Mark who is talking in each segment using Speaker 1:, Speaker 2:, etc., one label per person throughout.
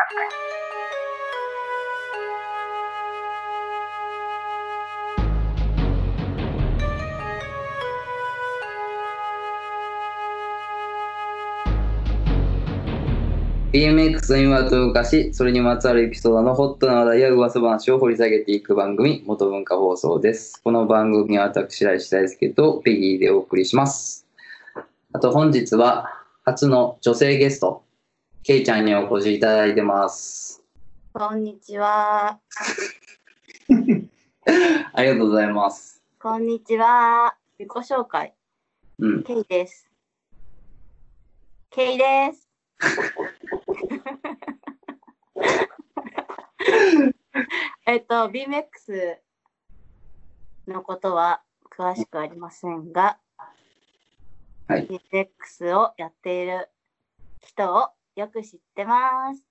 Speaker 1: Podcasting.
Speaker 2: BMX の今と昔、それにまつわるエピソードのホットな話題や噂話を掘り下げていく番組、元文化放送です。この番組は私、来志大輔とペギーでお送りします。あと本日は、初の女性ゲスト、ケイちゃんにお越しいただいてます。
Speaker 3: こんにちは。
Speaker 2: ありがとうございます。
Speaker 3: こんにちは。自己紹介、
Speaker 2: うん。
Speaker 3: ケイです。ケイです。 えっと、BMX のことは詳しくありませんが、
Speaker 2: はい。
Speaker 3: BMX をやっている人をよく知ってます。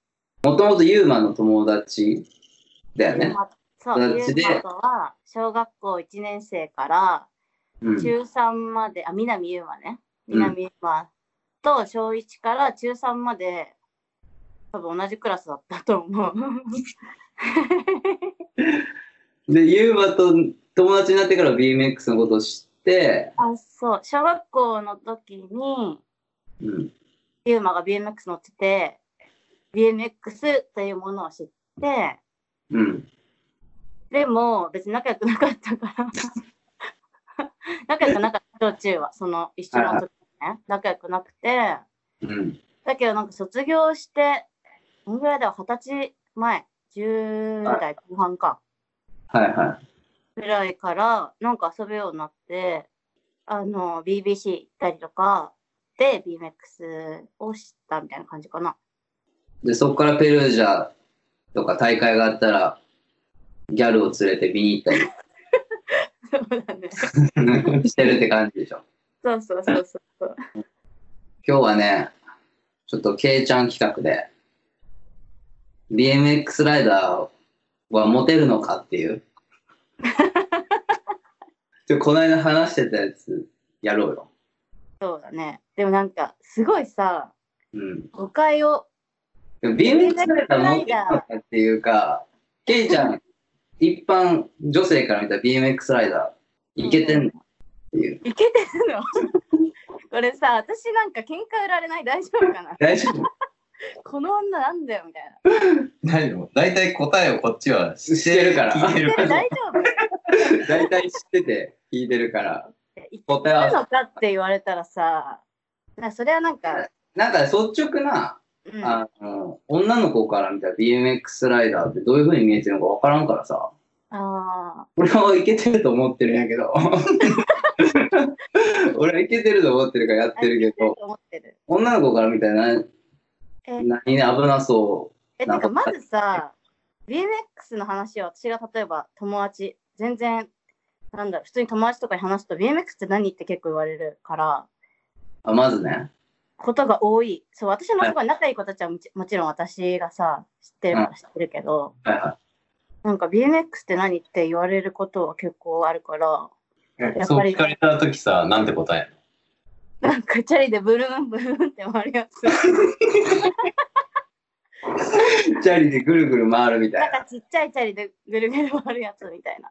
Speaker 2: もともとユーマの友達だよね。
Speaker 3: そう、
Speaker 2: 友
Speaker 3: ゆ
Speaker 2: 達
Speaker 3: う
Speaker 2: で
Speaker 3: まとは小学校1年生から
Speaker 2: うん。
Speaker 3: 中3まで、あ、南優馬ね。
Speaker 2: うん
Speaker 3: 南優馬と小1から中3まで、多分同じクラスだったと思 う。
Speaker 2: で、ユーマと友達になってから BMX のことを知って、
Speaker 3: あ、そう。小学校の時に、
Speaker 2: うん。
Speaker 3: 優馬が BMX 乗ってて、BMX というものを知って、
Speaker 2: うん。
Speaker 3: でも別に仲良くなかった から。仲良くなかった、小中は。その一緒の時ね。仲良くなくて。
Speaker 2: うん。
Speaker 3: だけどなんか卒業して、どんぐらいだろう、二十歳前、10代後半か、
Speaker 2: はいはい。
Speaker 3: ぐらいから、なんか遊ぶようになって、あの、BBC 行ったりとか、で、BMX を知ったみたいな感じかな。
Speaker 2: で、そこからペルージャとか大会があったら、ギャルを連れて見に行った
Speaker 3: そうだね。
Speaker 2: りしてるって感じでしょ。
Speaker 3: そうそうそうそう。
Speaker 2: 今日はね、ちょっとケイちゃん企画で、BMX ライダーはモテるのかっていう。ちょこの間話してたやつやろうよ。
Speaker 3: そうだね。でもなんか、すごいさ、
Speaker 2: うん。
Speaker 3: 誤解を、
Speaker 2: でも BMX ライダーモテるのかっていうか、ケイちゃん、一般女性から見たら BMX ライダー、いけてんのっていう。
Speaker 3: いけてるのこれさ、私なんか喧嘩売られない大丈夫かな
Speaker 2: 大丈夫
Speaker 3: この女なんだよみたいな。
Speaker 4: 大丈夫。大体答えをこっちは知
Speaker 2: 知ってるから
Speaker 4: 聞いてる
Speaker 3: で
Speaker 4: か
Speaker 3: も
Speaker 4: ら。
Speaker 3: 大丈夫
Speaker 2: 大体知ってて聞いてるから
Speaker 3: い
Speaker 2: 答え
Speaker 3: ける
Speaker 2: は
Speaker 3: のかって言われたらさ、なそれはなんか、
Speaker 2: なんか率直な、
Speaker 3: うん、
Speaker 2: あの女の子から見た BMX ライダーってどういう風に見えてるのか分からんからさ
Speaker 3: あ
Speaker 2: 俺はいけてると思ってるんやけど俺はいけてると思ってるからやっ
Speaker 3: ー
Speaker 2: てるけど
Speaker 3: 思ってる。
Speaker 2: 女の子から見たら何
Speaker 3: え
Speaker 2: 何で危なそ
Speaker 3: え、
Speaker 2: な
Speaker 3: なんん
Speaker 2: か
Speaker 3: かまずさ、BMX の話を私が例えば友達、全然、なんだろう、普通に友達とかに話すと BMX って何って結構言われるから、
Speaker 2: うあまずね
Speaker 3: ことが多い。そう、私のすごい仲いい子たちはもちもちろん私がさ、知ってるから知ってるけど、
Speaker 2: はいは
Speaker 3: なんか BMX って何って言われることは結構あるから、やっ
Speaker 4: そう
Speaker 3: ぱり
Speaker 4: 聞かれた時さ、なんて答えんの
Speaker 3: なんかチャリでブルーンブルーンって回るやつ。
Speaker 2: いチャリでぐるぐる回るみた
Speaker 3: ないん
Speaker 2: な
Speaker 3: かちっちゃいチャリでぐるぐる回るやつみたいな。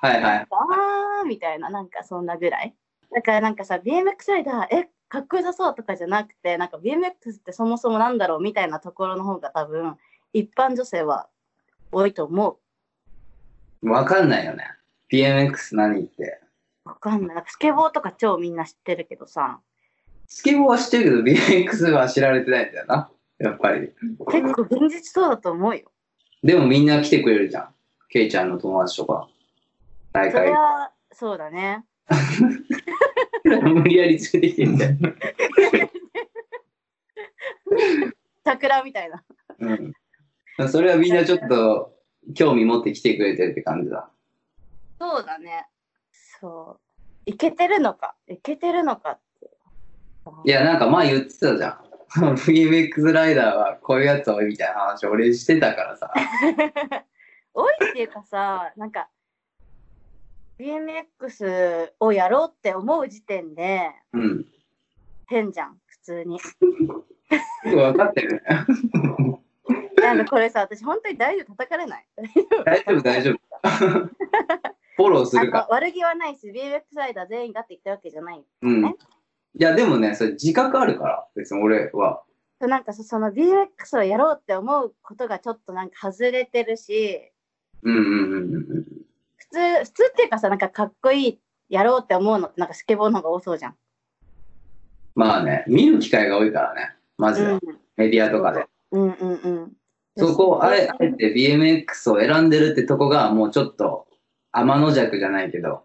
Speaker 2: はいはい
Speaker 3: あーみたいな、なんかそんなぐらい。だからなんかさ、BMX ライダー、え、かっこよさそうとかじゃなくて、なんか BMX ってそもそもなんだろうみたいなところの方が多分、一般女性は多いと思う。
Speaker 2: 分かんないよね BMX 何って
Speaker 3: わかんない。なんかスケボーとか超みんな知ってるけどさ、
Speaker 2: スケボーは知ってるけど BMX は知られてないんだよなやっぱり
Speaker 3: 結構現実そうだと思うよ。
Speaker 2: でもみんな来てくれるじゃん。ケイちゃんの友達とか。大
Speaker 3: それ
Speaker 2: 会。
Speaker 3: は、そうだね。
Speaker 2: 無理やり連れてきてみた い。
Speaker 3: 桜みたいな。
Speaker 2: うん。それはみんなちょっと興味持って来てくれてるって感じだ。
Speaker 3: そうだね。そう。いけてるのか。いけてるのかって。
Speaker 2: いや、なんか前言ってたじゃん。BMX ライダーはこういうやつ多いみたいな話俺してたからさ。
Speaker 3: 多いっていうかさ、なんか、BMX をやろうって思う時点で
Speaker 2: うん。
Speaker 3: 変じゃん、普通に。
Speaker 2: 分かってるね。
Speaker 3: だなんかこれさ、私本当に大丈夫叩かれない。
Speaker 2: 大丈夫、大丈夫。フォローする
Speaker 3: あ
Speaker 2: か
Speaker 3: の。悪気はないし、BMX ライダー全員がって言ったわけじゃない。
Speaker 2: うん。
Speaker 3: ね
Speaker 2: いや、でもね、それ自覚あるから、別に俺は。
Speaker 3: そうなんかそその BMX をやろうって思うことがちょっとなんか外れてるし、
Speaker 2: うんうんうんうんうん。
Speaker 3: 普通、普通っていうかさ、なんかかっこいい、やろうって思うのって、なんかスケボーの方が多そうじゃん。
Speaker 2: まあね、見る機会が多いからね、まずは、メディアとかで。
Speaker 3: うんうんうんうん。
Speaker 2: そこをあえ
Speaker 3: う
Speaker 2: あえて BMX を選んでるってとこが、もうちょっと、天の弱じゃないけど、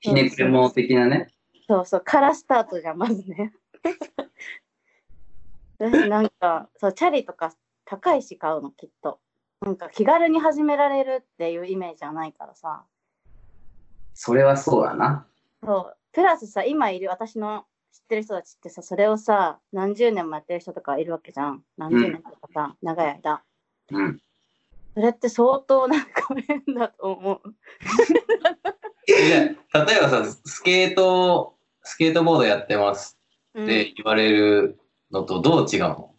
Speaker 2: ひねくれ者的なね。
Speaker 3: そうそう、からスタートじゃん、まずね。 私なんか、そう、チャリとか高いし買うの、きっと。なんか気軽に始められるっていうイメージはないからさ。
Speaker 2: それはそうだな。
Speaker 3: そう。プラスさ、今いる私の知ってる人たちってさ、それをさ、何十年もやってる人とかいるわけじゃん。何十年とかさ、長い間。
Speaker 2: うん。
Speaker 3: それって相当なんか変だと思う。
Speaker 4: えじゃあ例えばさ、スケート、スケートボードやってます
Speaker 3: うん
Speaker 4: って言われるのとどう違うの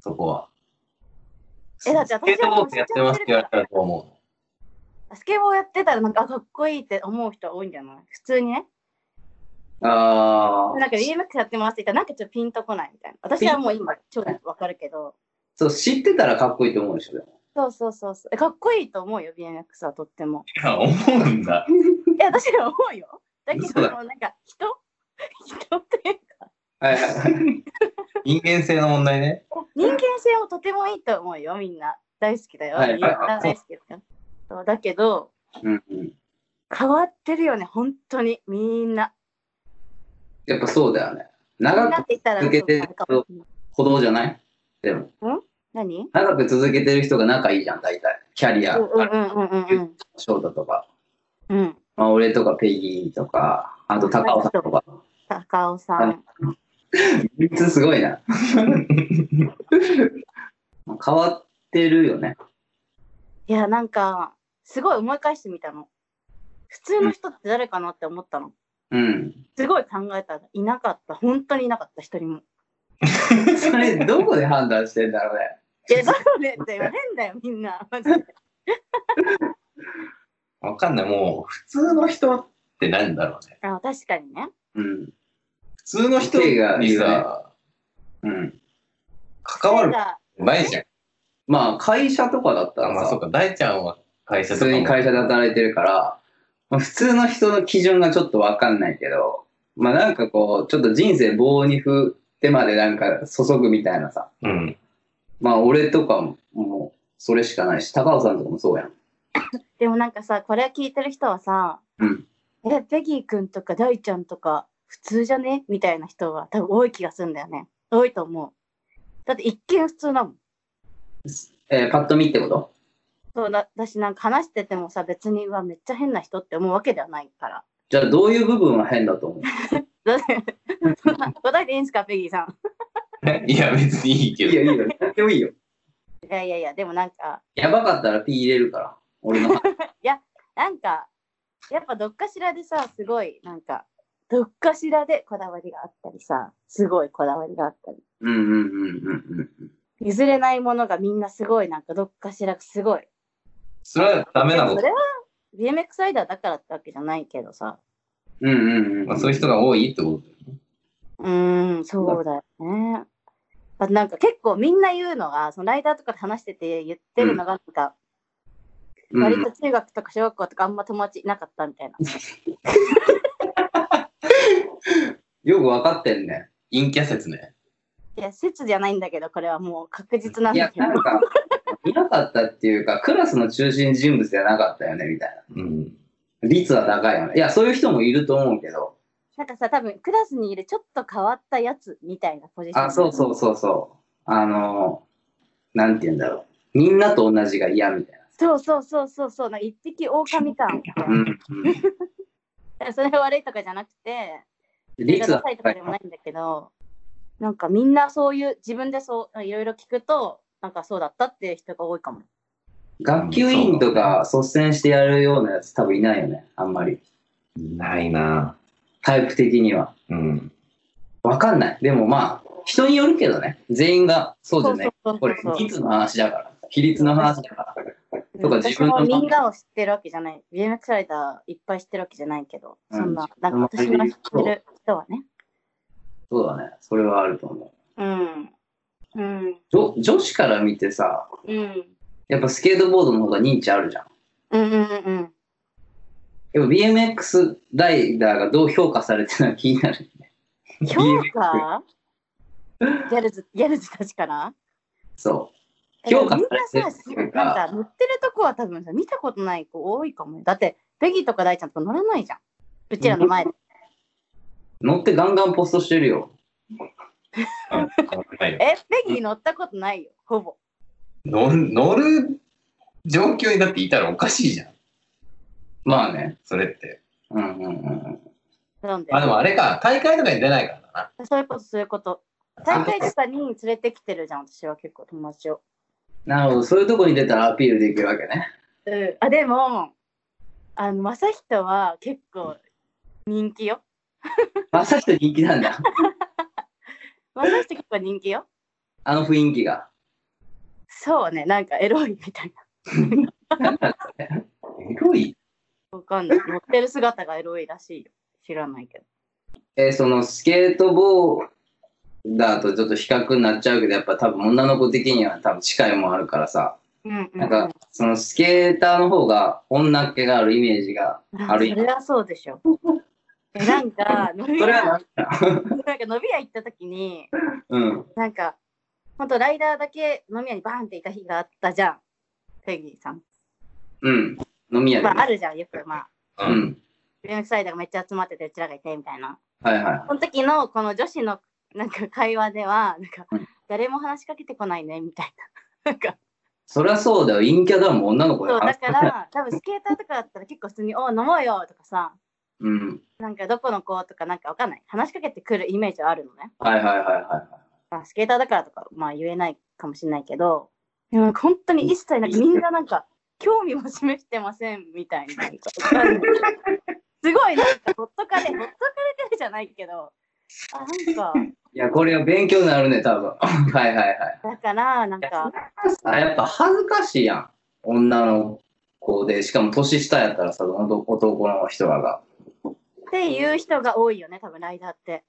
Speaker 4: そこは。
Speaker 3: えだって
Speaker 4: スケートボードやってますって言われたらどう思うの
Speaker 3: スケボーやってたらなんかあかっこいいって思う人多いんじゃない普通にね。
Speaker 2: ああ。
Speaker 3: なんか BMX やってますって言ったらなんかちょっとピンとこないみたいな。私はもう今超わかるけど。
Speaker 2: そう、知ってたらかっこいいと思うでしょ、でも。
Speaker 3: そうそうそうそう。えかっこいいと思うよ、BMX はとっても。
Speaker 4: いや、思うんだ。
Speaker 3: いや、私は思うよ。だけ
Speaker 4: 嘘
Speaker 3: ど、
Speaker 4: だ
Speaker 3: なんか人 人っていうか、
Speaker 2: はいはいはい。
Speaker 4: 人間性の問題ね。
Speaker 3: 人間性もとてもいいと思うよ、みんな。大好きだよ。
Speaker 2: はい
Speaker 3: みんな大好きだよ。そうだけど、
Speaker 2: うんうん。
Speaker 3: 変わってるよね、本当に。みんな。
Speaker 2: やっぱそうだよね。
Speaker 3: みん
Speaker 2: 長
Speaker 3: なっ
Speaker 2: く
Speaker 3: て言ったら
Speaker 2: 続けて
Speaker 3: そうかもしれない
Speaker 2: 歩道じゃないでも、
Speaker 3: 何
Speaker 2: 長く続けてる人が仲いいじゃん、大体。キャリア、
Speaker 3: うんうんうんうんうん
Speaker 2: 翔太とか、
Speaker 3: うん。うん。
Speaker 2: まあ、俺とかペギーとか、あと高尾さんとか。
Speaker 3: 高尾さ
Speaker 2: あ
Speaker 3: ん。
Speaker 2: 3つすごい な。変わってるよね。
Speaker 3: いや、なんか、すごい思い返してみたの。普通の人って誰かなって思ったの。
Speaker 2: うん。
Speaker 3: すごい考えたら、いなかった。本当にいなかった、一 人も。
Speaker 2: それ、どこで判断してんだろうね。
Speaker 3: いや、だよねって言われんだよ、みんな。マジで
Speaker 4: わかんない。もう、普通の人ってなんだろうね。
Speaker 3: あ確かにね。
Speaker 2: うん。
Speaker 4: 普通の人にさ、
Speaker 2: うん。
Speaker 4: 関わるこ
Speaker 3: なんか
Speaker 4: とないじゃん。
Speaker 2: まあ、会社とかだった
Speaker 4: あ、
Speaker 2: ら
Speaker 4: まあ、
Speaker 2: さ
Speaker 4: そうか。大ちゃんは会社
Speaker 2: 普
Speaker 4: とかも
Speaker 2: 通に会社で働いてるから、まあ普通の人の基準がちょっとわかんないけど、まあなんかこう、ちょっと人生棒に振ってまでなんか注ぐみたいなさ。
Speaker 4: うん。
Speaker 2: まあ俺とかも、もうそれしかないし、高尾さんとかもそうやん。
Speaker 3: でもなんかさ、これ聞いてる人はさ、
Speaker 2: うん。
Speaker 3: え、ペギーくんとか大ちゃんとか、普通じゃねみたいな人は多分多い気がするんだよね。多いと思う。だって一見普通だもん。
Speaker 2: えーパッと見ってこと
Speaker 3: そうだだし、なんか話しててもさ、別にはめっちゃ変な人って思うわけではないから。
Speaker 2: じゃあどういう部分は変だと思う
Speaker 3: だって、そんな 答えていいんですか、ペギーさん。
Speaker 4: いや、別にいいけど。
Speaker 2: いいよいいよ。何でもいいよ。
Speaker 3: いやいやいや、でもなんか、
Speaker 2: やばかったら P 入れるから。俺の。
Speaker 3: なんか、やっぱどっかしらでさ、すごい、なんか、どっかしらでこだわりがあったりさ、すごいこだわりがあったり。
Speaker 2: うんうんうんうんうん。
Speaker 3: 譲れないものがみんなすごい、なんかどっかしらすごい。
Speaker 4: それはダメなこ
Speaker 3: そ
Speaker 4: と
Speaker 3: れ。は BMX ライダーだからってわけじゃないけどさ。
Speaker 2: うんうんうん。
Speaker 4: まあ、そういう人が多いってことだよね。
Speaker 3: うーん、そうだよね。あとなんか結構みんな言うのが、そのライダーとかで話してて言ってるのが、なんか、
Speaker 2: うん
Speaker 3: 割と中学とか小学校とかあんま友達いなかったみたいな。
Speaker 2: よく分かってんね。
Speaker 4: 陰キャ説ね。
Speaker 3: いや、説じゃないんだけど、これはもう確実なん
Speaker 2: い
Speaker 3: だ
Speaker 2: や、
Speaker 3: けど
Speaker 2: な。んか、いなかったっていうか、クラスの中心人物じゃなかったよね、みたい
Speaker 4: うん。
Speaker 2: な。率は高いよね。いや、そういう人もいると思うけど。
Speaker 3: なんかさ、多分クラスにいるちょっと変わったやつみたいなポジション。
Speaker 2: あ、そうそうそうそう。あの、なんて言うんだろう。みんなと同じが嫌みたい
Speaker 3: そうそうそうそうそう、なんか一匹狼感。
Speaker 2: な。うん、うん。
Speaker 3: それが悪いとかじゃなくて、映画
Speaker 2: 率
Speaker 3: ダ
Speaker 2: は
Speaker 3: サいとか
Speaker 2: 高い
Speaker 3: でもないんだけど、なんかみんなそういう、自分でそう、いろいろ聞くと、なんかそうだったっていう人が多いかも。
Speaker 2: 学級委員とか率先してやるようなやつ多分いないよね、あんまり。
Speaker 4: ないな
Speaker 2: タイプ的には。
Speaker 4: うん。
Speaker 2: わかんない。でもまあ、人によるけどね。全員がそうじゃない。
Speaker 3: そうそう
Speaker 2: こ
Speaker 3: そう
Speaker 2: れ
Speaker 3: そう、
Speaker 2: 率の話だから。比率の話だから。とか
Speaker 3: うん
Speaker 2: 自分の
Speaker 3: 私もみんなを知ってるわけじゃない。BMX ライダーいっぱい知ってるわけじゃないけど、
Speaker 2: うん
Speaker 3: そんな、なんか私が知ってる人はね。
Speaker 2: そうだね。それはあると思
Speaker 3: うん。うん。
Speaker 2: う。女女子から見てさ、
Speaker 3: うん。
Speaker 2: やっぱスケートボードの方が認知あるじゃん。
Speaker 3: うんうんうん
Speaker 2: でも BMX ライダーがどう評価されてるのか気になる。
Speaker 3: うん。評価ギャルズ、ギャルズたちから
Speaker 2: そ
Speaker 3: え
Speaker 2: 評価
Speaker 3: みん
Speaker 2: されてる
Speaker 3: なさ、なんか乗ってるとこは多分さ、見たことない子多いかもよ。だって、ベギーとか大ちゃんとか乗らないじゃん。うちらの前で。
Speaker 2: う。乗ってガンガンポストしてるよ。
Speaker 4: はい
Speaker 3: え、ベギー乗ったことないよ、ほぼ。
Speaker 4: 乗る乗る状況になっていたらおかしいじゃん、
Speaker 2: まあね。
Speaker 4: それって。
Speaker 2: うんうんうん
Speaker 3: なんで
Speaker 4: あ、でもあれか、大会とかに出ないからだな。
Speaker 3: そういうこと、そういうこと。大会とかに連れてきてるじゃん、私は結構友達を。
Speaker 2: うん。なるほど。そういうとこに出たらアピールできるわけね。
Speaker 3: うん、あでも、あの、正人は結構人気よ。
Speaker 2: まさしと人気なんだ。
Speaker 3: 正人結構人気よ。
Speaker 2: あの雰囲気が。
Speaker 3: そうね、なんかエロいみたい
Speaker 4: エロい
Speaker 3: な。わかんない。乗ってる姿がエロいらしいよ。知らないけど。
Speaker 2: えーそのスケートボーダーとちょっと比較になっちゃうけどやっぱ多分女の子的には多分近いもんあるからさ
Speaker 3: うん、うん。
Speaker 2: なんかそのスケーターの方が女っ気があるイメージがあ
Speaker 3: あ
Speaker 2: る
Speaker 3: それはそうでし ょ。えなんか、伸び
Speaker 2: それは
Speaker 3: 屋
Speaker 2: な、
Speaker 3: なんか伸び屋行った時に、
Speaker 2: うん
Speaker 3: なんか、ほんとライダーだけ飲み屋にバーンっていた日があったじゃん。ペギーさん。
Speaker 2: うん飲み屋で
Speaker 3: まあ、あ
Speaker 2: ね
Speaker 3: るじゃん、よく、まあ、
Speaker 2: う。ん
Speaker 3: ビームサイダーがめっちゃ集まってて、うちらがいてみたいな。
Speaker 2: はいは
Speaker 3: その時の、この女子の、なんか会話では、なんか
Speaker 2: うん、
Speaker 3: 誰も話しかけてこないね、みたいな。なんか、
Speaker 2: いそりゃそうだよ陰キャだもん女の子
Speaker 3: そう、だ
Speaker 2: だ
Speaker 3: から、多分スケーターとかだったら結構普通に、おう飲もうよとかさ、
Speaker 2: うん
Speaker 3: なんかどこの子とかなんかわかんない。話しかけてくるイメージはあるのね。
Speaker 2: はいはいはいは
Speaker 3: まあ、スケーターだからとか、まあ言えないかもしれないけど、でもなんか本当に一切なんかみんななんか、興味も示してませんみたいな。なんかわかんないすごいなんかほっとかれ、ほっとかれてるじゃないけど、あ、なんか、
Speaker 2: いいやこれは勉強になるね多分 はいはいはい
Speaker 3: だから、なんか、
Speaker 2: あやっぱ恥ずかしいやん女の子でしかも年下やったらさ男男の人らが
Speaker 3: っていう人が多いよね、多分ライダーって。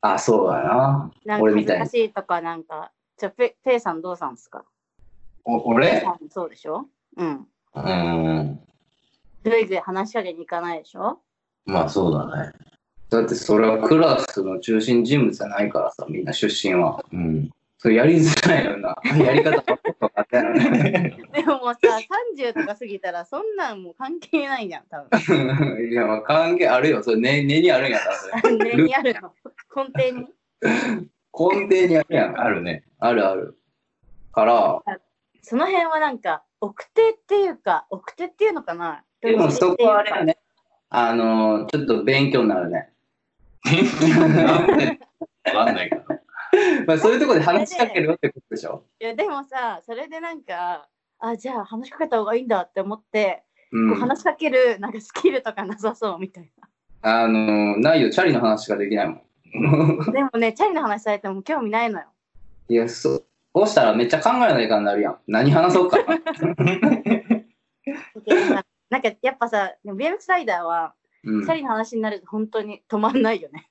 Speaker 2: あそうだな
Speaker 3: なん
Speaker 2: 俺
Speaker 3: か
Speaker 2: みたいに
Speaker 3: 難しいとか、なんか、じゃあ、ペペイさんどうさんですか
Speaker 4: お
Speaker 3: ペイ
Speaker 4: 俺
Speaker 3: さんそうでしょうん。
Speaker 4: うーん。
Speaker 3: ルイグで話しかけに行かないでしょ
Speaker 4: まあそうだね。
Speaker 2: だってそれはクラスの中心人物じゃないからさ、みんな出身は。
Speaker 4: うん。
Speaker 2: それやりづらいよな。 やり方ばっかかってやるね。
Speaker 3: でももうさ、30とか過ぎたら、そんなんもう関係ないじゃん、多分。
Speaker 2: いや、まあ関係あるよ。それ根、根にあるんやから、それ。
Speaker 3: 根底にあるの。根底に。
Speaker 2: 根底にあるやん。
Speaker 4: あるね。
Speaker 2: あるある。から、
Speaker 3: その辺はなんか、奥手っていうか、奥手っていうのかな。
Speaker 2: でもそこはあれ
Speaker 3: だ
Speaker 2: や。ね。あのー、ちょっと勉強になるね。
Speaker 4: なんでわかんないけど。
Speaker 2: まあそういうところで話しかけるよってことでしょ。
Speaker 3: いや、でもさ、それでなんか、あ、じゃあ話しかけた方がいいんだって思って、こ
Speaker 2: う。
Speaker 3: うん話しかけるなんかスキルとかなさそうみたい
Speaker 2: あのー、ないよ。チャリの話しかできないもん。
Speaker 3: な。でもね、チャリの話されても興味ないのよ。
Speaker 2: いや、そう。こうしたらめっちゃ考えないかになるやん。何話そうかな。
Speaker 3: だけどさなんかやっぱさ、でも BMX ライダーは、
Speaker 2: うん
Speaker 3: チャ。リの話になると本当に止まんないよね。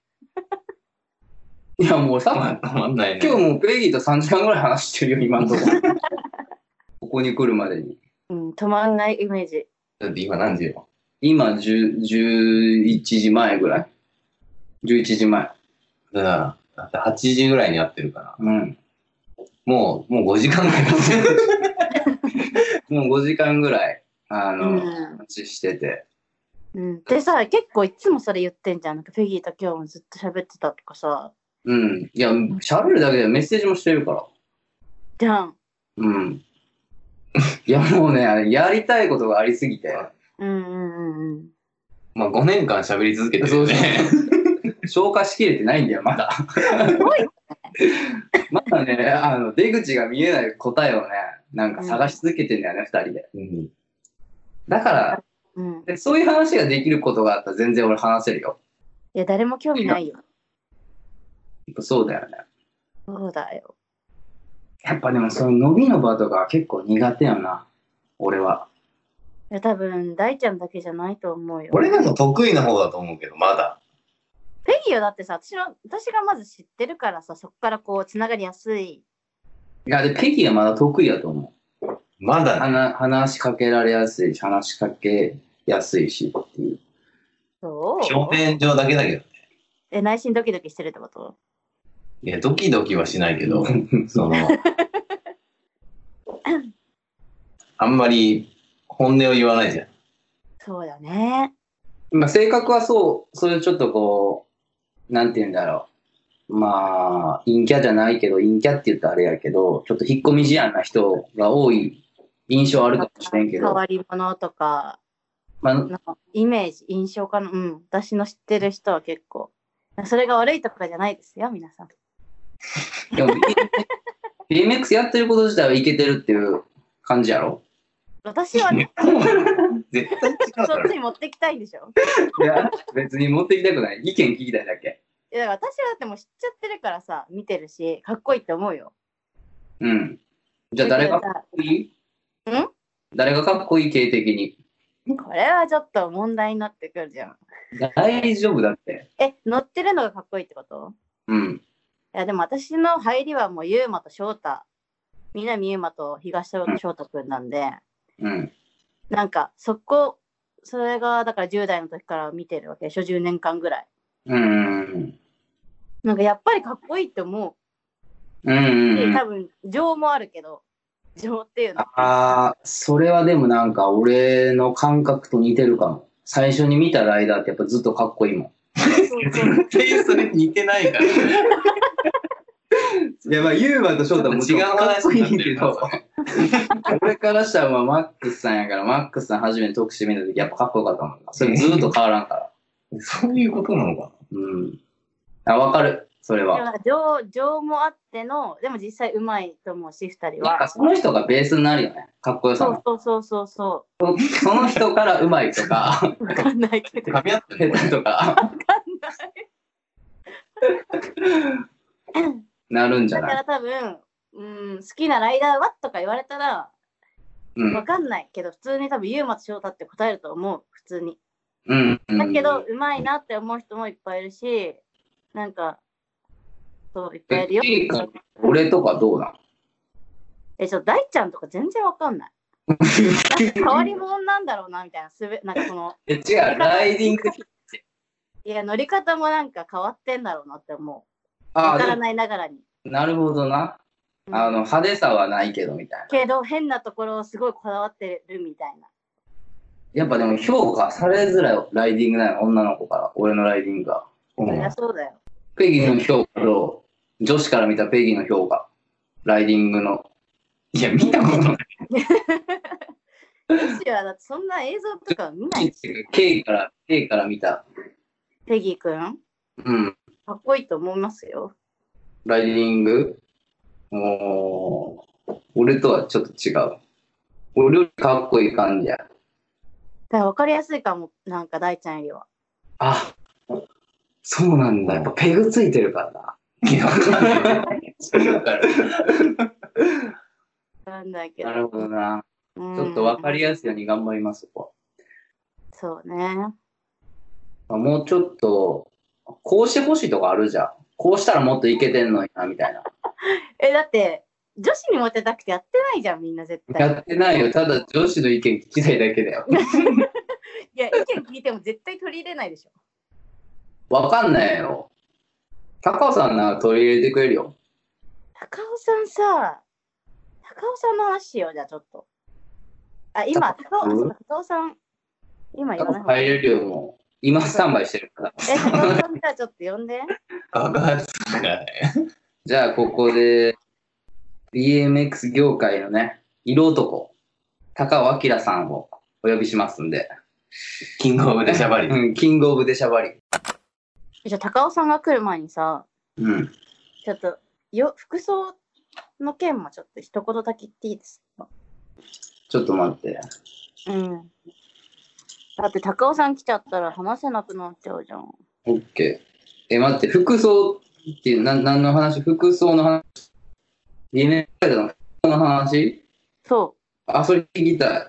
Speaker 2: いや、もうさ、
Speaker 4: まあ、わかんないね。
Speaker 2: 今日もうペギーと3時間ぐらい話してるよ、今のところ。 ここに来るまでに。
Speaker 3: うん、止まんないイメージ。
Speaker 4: だって今何時よ。
Speaker 2: 今、10 11時前ぐらい。11時前。
Speaker 4: だからだって8時ぐらいにやってるから。
Speaker 2: うん。
Speaker 4: もう、もう5時間 ぐらいやってる。
Speaker 2: もう5時間ぐらい、あ
Speaker 3: う
Speaker 2: の、
Speaker 3: ん。
Speaker 2: 話してて。
Speaker 3: うん、でさ、結構いつもそれ言ってんじゃん。なんかフェギーと今日もずっと喋ってたとかさ。
Speaker 2: うん。いや、喋るだけでメッセージもしてるから。
Speaker 3: じゃん。
Speaker 2: うん。いや、もうね、あれやりたいことがありすぎて、
Speaker 3: うんうんうんうん。
Speaker 4: まあ5年間喋り続けてるよね。
Speaker 2: 消化しきれてないんだよ、まだ。
Speaker 3: すごいよ。
Speaker 2: まだね、あの、出口が見えない答えをね、なんか探し続けてんだよね、二人で。
Speaker 4: うん
Speaker 2: だから、
Speaker 3: うん。
Speaker 2: でそういう話ができることがあったら全然俺話せるよ。
Speaker 3: いや、誰も興味ないよ。
Speaker 2: そうだよね。
Speaker 3: そうだよ。
Speaker 2: やっぱでもその伸びの場とか結構苦手やな。俺は。
Speaker 3: いや多分大ちゃんだけじゃないと思うよ。
Speaker 4: 俺でも得意な方だと思うけど、まだ。
Speaker 3: ペギーはだってさ、私の私がまず知ってるからさ、そこからこうつながりやすい。
Speaker 2: いや、で、ペギーはまだ得意やと思う。
Speaker 4: まだね。
Speaker 2: 話話しかけられやすいし、話しかけやすいしっていう。
Speaker 3: そ
Speaker 4: 表
Speaker 3: う。
Speaker 4: 面上だけだけど。
Speaker 3: え、内心ドキドキしてるってこと
Speaker 4: いや、ドキドキはしないけど、その、あんまり本音を言わないじゃん。
Speaker 3: そうだね。
Speaker 2: まあ、性格はそう、そういうちょっとこう、なんて言うんだろう。まあ、陰キャじゃないけど、陰キャって言ったらあれやけど、ちょっと引っ込み思案な人が多い印象あるかもしれんけ
Speaker 3: 変
Speaker 2: ど、
Speaker 3: わり者とか、
Speaker 2: まあ、
Speaker 3: なんかイメージ、印象かな。うん。私の知ってる人は結構。それが悪いとかじゃないですよ、皆さん。
Speaker 2: でも BMX やってること自体はいけてるっていう感じやろ
Speaker 3: 私はね、
Speaker 4: 絶対違う
Speaker 3: そ
Speaker 4: だ
Speaker 3: っち
Speaker 4: ろ。
Speaker 3: に持ってきたいんでしょ。
Speaker 2: いや、別に持ってきたくない。意見聞きたいだけ。
Speaker 3: いや、だから私はだってもう知っちゃってるからさ、見てるし、かっこいいって思うよ。
Speaker 2: うん。じゃあ誰がかっこいい
Speaker 3: ん
Speaker 2: 誰がかっこいい系的に。
Speaker 3: これはちょっと問題になってくるじゃん。
Speaker 2: 大丈夫だって。
Speaker 3: え、乗ってるのがかっこいいってこと
Speaker 2: うん。
Speaker 3: いや、でも私の入りはもうユーマと翔太、南ユーマと東翔太くんなんで、
Speaker 2: うん。
Speaker 3: なんかそこ、それがだから10代の時から見てるわけでしょ、10年間ぐらい。
Speaker 2: うん。
Speaker 3: なんかやっぱりかっこいいって思
Speaker 2: うんう
Speaker 3: う。
Speaker 2: ん。うん
Speaker 3: 多分、情もあるけど、情っていうの。
Speaker 2: ああ、それはでもなんか俺の感覚と似てるかも。最初に見たライダーってやっぱずっとかっこいいも
Speaker 3: そうそう
Speaker 4: 絶対それ似てないから。
Speaker 2: ん。いやまあユーマと翔
Speaker 4: 太はもちろんかっこいいけど、
Speaker 2: 俺からしたらまあマックスさんやから、マックスさん初めて特集見た時やっぱかっこよかったもんな。それずっと変わらんから。
Speaker 4: そういうことなのか
Speaker 2: うん。あ、わかる。それ
Speaker 3: でも
Speaker 2: は。
Speaker 3: なんか情情もあっての、でも実際うまいと思うし、二人
Speaker 2: なんか
Speaker 3: は。
Speaker 2: その人がベースになるよね。かっこよさ
Speaker 3: そう
Speaker 2: の。
Speaker 3: そうそうそうそ
Speaker 2: その人からうまいとか、
Speaker 3: う。わかんないけど。
Speaker 4: な。噛み合って
Speaker 2: 下
Speaker 4: る
Speaker 2: 手とか、 なるんじゃ
Speaker 3: だか
Speaker 2: な
Speaker 3: ら
Speaker 2: い
Speaker 3: 多分、うん、好きなライダーはとか言われたら、
Speaker 2: うん。
Speaker 3: わかんないけど、普通に多分、ユーマと翔太って答えると思う、普通に。
Speaker 2: うん。うん
Speaker 3: だけど、、うまいなって思う人もいっぱいいるし、なんか、そう、いっぱいいるよ。
Speaker 2: えいいか俺とかどうなん
Speaker 3: え、ちょ、大ちゃんとか全然わかんない。なんか変わり者なんだろうな、みたいな。すべ、なんかその、
Speaker 2: え違う、ライディング。
Speaker 3: いや、乗り方もなんか変わってんだろうなって思う。
Speaker 2: あ
Speaker 3: わから
Speaker 2: あ、
Speaker 3: ないながらに。
Speaker 2: なるほどな。
Speaker 3: うん
Speaker 2: あの、派手さはないけど、みたいな。
Speaker 3: けど、変なところをすごいこだわってるみたいな。
Speaker 2: やっぱでも評価されづらいライディングなの、女の子から。俺のライディングが。
Speaker 4: も
Speaker 3: そり
Speaker 4: ん。
Speaker 3: ゃそうだよ。
Speaker 2: ペギーの評価と、女子から見たペギーの評価。ライディングの。
Speaker 4: いや、見たことない。
Speaker 3: 女子はだってそんな映像とか見ないし。
Speaker 2: K から、K から見た。
Speaker 3: ペギーくん、
Speaker 2: うん。
Speaker 3: かっこいいと思いますよ。
Speaker 2: ライディングおー俺とはちょっと違う。俺よりかっこいい感じや。
Speaker 3: だから分かりやすいかも、なんか大ちゃんよりは。
Speaker 2: あ、そうなんだ。やっぱペグついてるからな。
Speaker 4: いや、わかんない。 それわかる。
Speaker 3: なんだけど。
Speaker 2: なるほどな。
Speaker 3: うん
Speaker 2: ちょっとわかりやすいように頑張ります、そこ
Speaker 3: そうね。
Speaker 2: はもうちょっと、こうしてほしいとかあるじゃん。こうしたらもっといけてんのにな、みたいな。
Speaker 3: え、だって、女子にモテたくてやってないじゃん、みんな絶対。
Speaker 2: やってないよ。ただ女子の意見聞きたいだけだよ。
Speaker 3: いや、意見聞いても絶対取り入れないでしょ。
Speaker 2: わかんないよ。高尾さんなら取り入れてくれるよ。
Speaker 3: 高尾さんさ、高尾さんの話しよう、じゃあちょっと。あ、今、高尾あそうだ高尾さん、今言わない方がい
Speaker 2: 入
Speaker 3: い。
Speaker 2: れるよ、もう。今スタンバイしてるから。
Speaker 3: え、高尾さんじゃあちょっと呼んで。
Speaker 4: 爆発するからね。
Speaker 2: じゃあ、ここで、BMX 業界のね、色男、高尾明さんをお呼びしますんで、
Speaker 4: キングオブでしゃばり。
Speaker 2: うん、キングオブデシャバリ。
Speaker 3: じゃあ高尾さんが来る前にさ、
Speaker 2: うん。
Speaker 3: ちょっとよ服装の件もちょっと一言だけ言っていいですか
Speaker 2: ちょっと待って。
Speaker 3: うん。だって高尾さん来ちゃったら話せなくなっちゃうじゃん。
Speaker 2: OK。え、待って、服装っていう、なん、なんの話服装の話。 BMX ライダーのこの話
Speaker 3: そう。
Speaker 2: あ、それ聞きたい。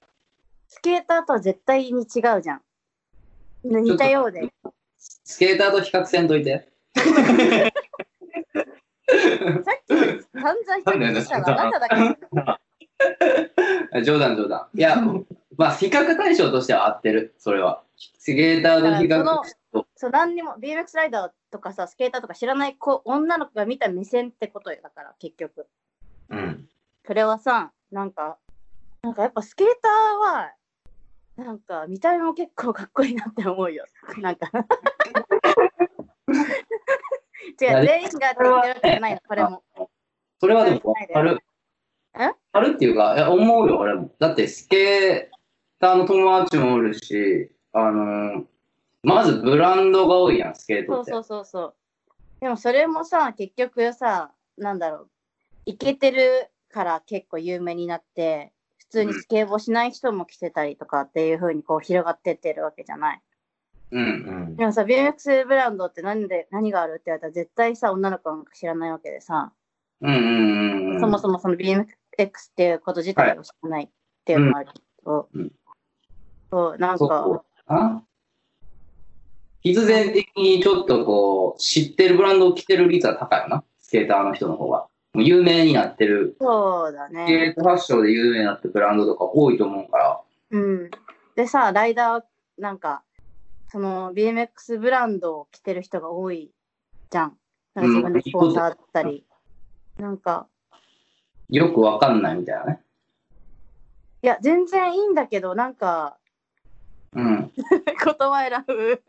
Speaker 3: スケーターとは絶対に違うじゃん。似たようで。
Speaker 2: スケーターと比較せんといて。
Speaker 3: さっき散々人にしたのあなただけ。
Speaker 2: あ冗談冗談。い や、まあ、比較対象としては合ってる、それは。スケーターと比
Speaker 3: だから
Speaker 2: 較。
Speaker 3: そう、何にも BMX ライダーとかさ、スケーターとか知らない子、女の子が見た目線ってことよ。だから結局。
Speaker 4: うん。
Speaker 3: それはさ、なんか、なんかやっぱスケーターは、なんか見た目も結構かっこいいなって思うよ。 なんか。違う、全員がって言ってるわけじゃないの、これも。
Speaker 2: それはでも分かる。
Speaker 3: え
Speaker 2: 分かるっていうか、いや思うよ、俺も。だって、スケーターの友達もおるし、あのーまずブランドが多いやん、スケート
Speaker 3: そう
Speaker 2: って。
Speaker 3: そうそうそう。でもそれもさ、結局さ、なんだろう、イケてるから結構有名になって、普通にスケボーしない人も着てたりとかっていう風にこう広がってってるわけじゃない。
Speaker 2: う。
Speaker 4: うんん。
Speaker 3: でもさ、BMX ブランドって何で、何があるって言われたら絶対さ、女の子なんか知らないわけでさ、
Speaker 2: うんうんうんうん。
Speaker 3: そもそもその BMX っていうこと自体を知らないっていうのもあるけど、
Speaker 2: うんうん
Speaker 3: そう、なん
Speaker 2: そう
Speaker 3: か、
Speaker 2: な必然的にちょっとこう、知ってるブランドを着てる率は高いよな、スケーターの人の方が。もう有名になってる、
Speaker 3: そうだ
Speaker 2: ス
Speaker 3: ね。
Speaker 2: ケートファッションで有名になってるブランドとか多いと思うから。
Speaker 3: うん、でさライダーはなんかその BMX ブランドを着てる人が多いじゃん。なんか自分でスポンサーだったり、なんか
Speaker 2: よくわかんないみたいなね。
Speaker 3: いや全然いいんだけどなんか
Speaker 2: うん。
Speaker 3: 言葉選ぶ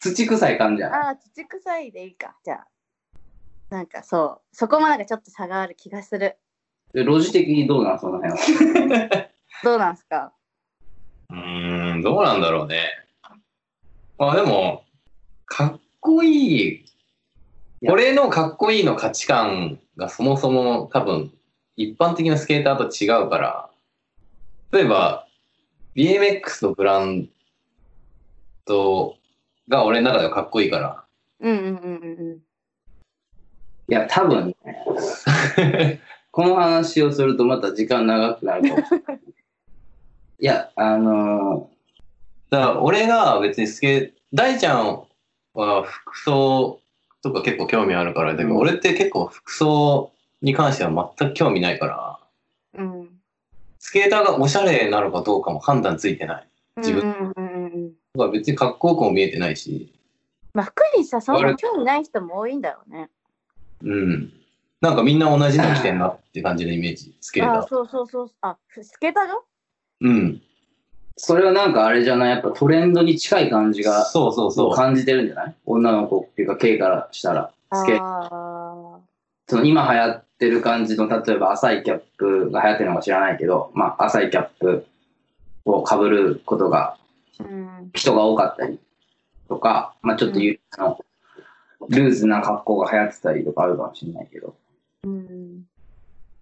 Speaker 2: 土臭い感じやな。
Speaker 3: ああ土臭いでいいかじゃあなんかそうそこもなんかちょっと差がある気がする
Speaker 2: でロジ的にどうなん、その辺は。
Speaker 3: どうなんすか
Speaker 4: うーん、どうなんだろうね。まあでも、かっこいい。
Speaker 2: や
Speaker 4: 俺のかっこいいの価値観がそもそも多分一般的なスケーターと違うから、例えば BMX のブランドが俺の中ではかっこいいから、
Speaker 3: うんうんうんうん
Speaker 2: いや、多分ね、この話をするとまた時間長くなるかもしれ ない。いや、あの
Speaker 4: だから俺が別にスケ大ちゃんは服装とか結構興味あるからだけど、
Speaker 2: うん
Speaker 4: 俺って結構服装に関しては全く興味ないから
Speaker 3: うんうん
Speaker 4: スケーターがおしゃれなのかどうかも判断ついてない自分
Speaker 3: うんうんうんうん
Speaker 4: だから別にかっこよくも見えてないし
Speaker 3: まあ服にさそんな興味ない人も多いんだろうね
Speaker 4: うんなんかみんな同じの着てんなって感じのイメージスケー
Speaker 3: あ
Speaker 4: タ
Speaker 3: あ
Speaker 4: ー
Speaker 3: そうそうそうあふスケーターが
Speaker 4: うん
Speaker 2: それはなんかあれじゃないやっぱトレンドに近い感じが
Speaker 4: そうそう
Speaker 2: そ
Speaker 4: そうう
Speaker 2: 感じてるんじゃない女の子っていうか K からしたらスケ
Speaker 3: あ
Speaker 2: その今流行ってる感じの例えば浅いキャップが流行ってるのか知らないけど、まあ、浅いキャップをかぶることが
Speaker 3: ーうん
Speaker 2: 人が多かったりとか、まあ、ちょっとゆ、あのルーズな格好が流行ってたりとかあるかもしれないけど
Speaker 3: うん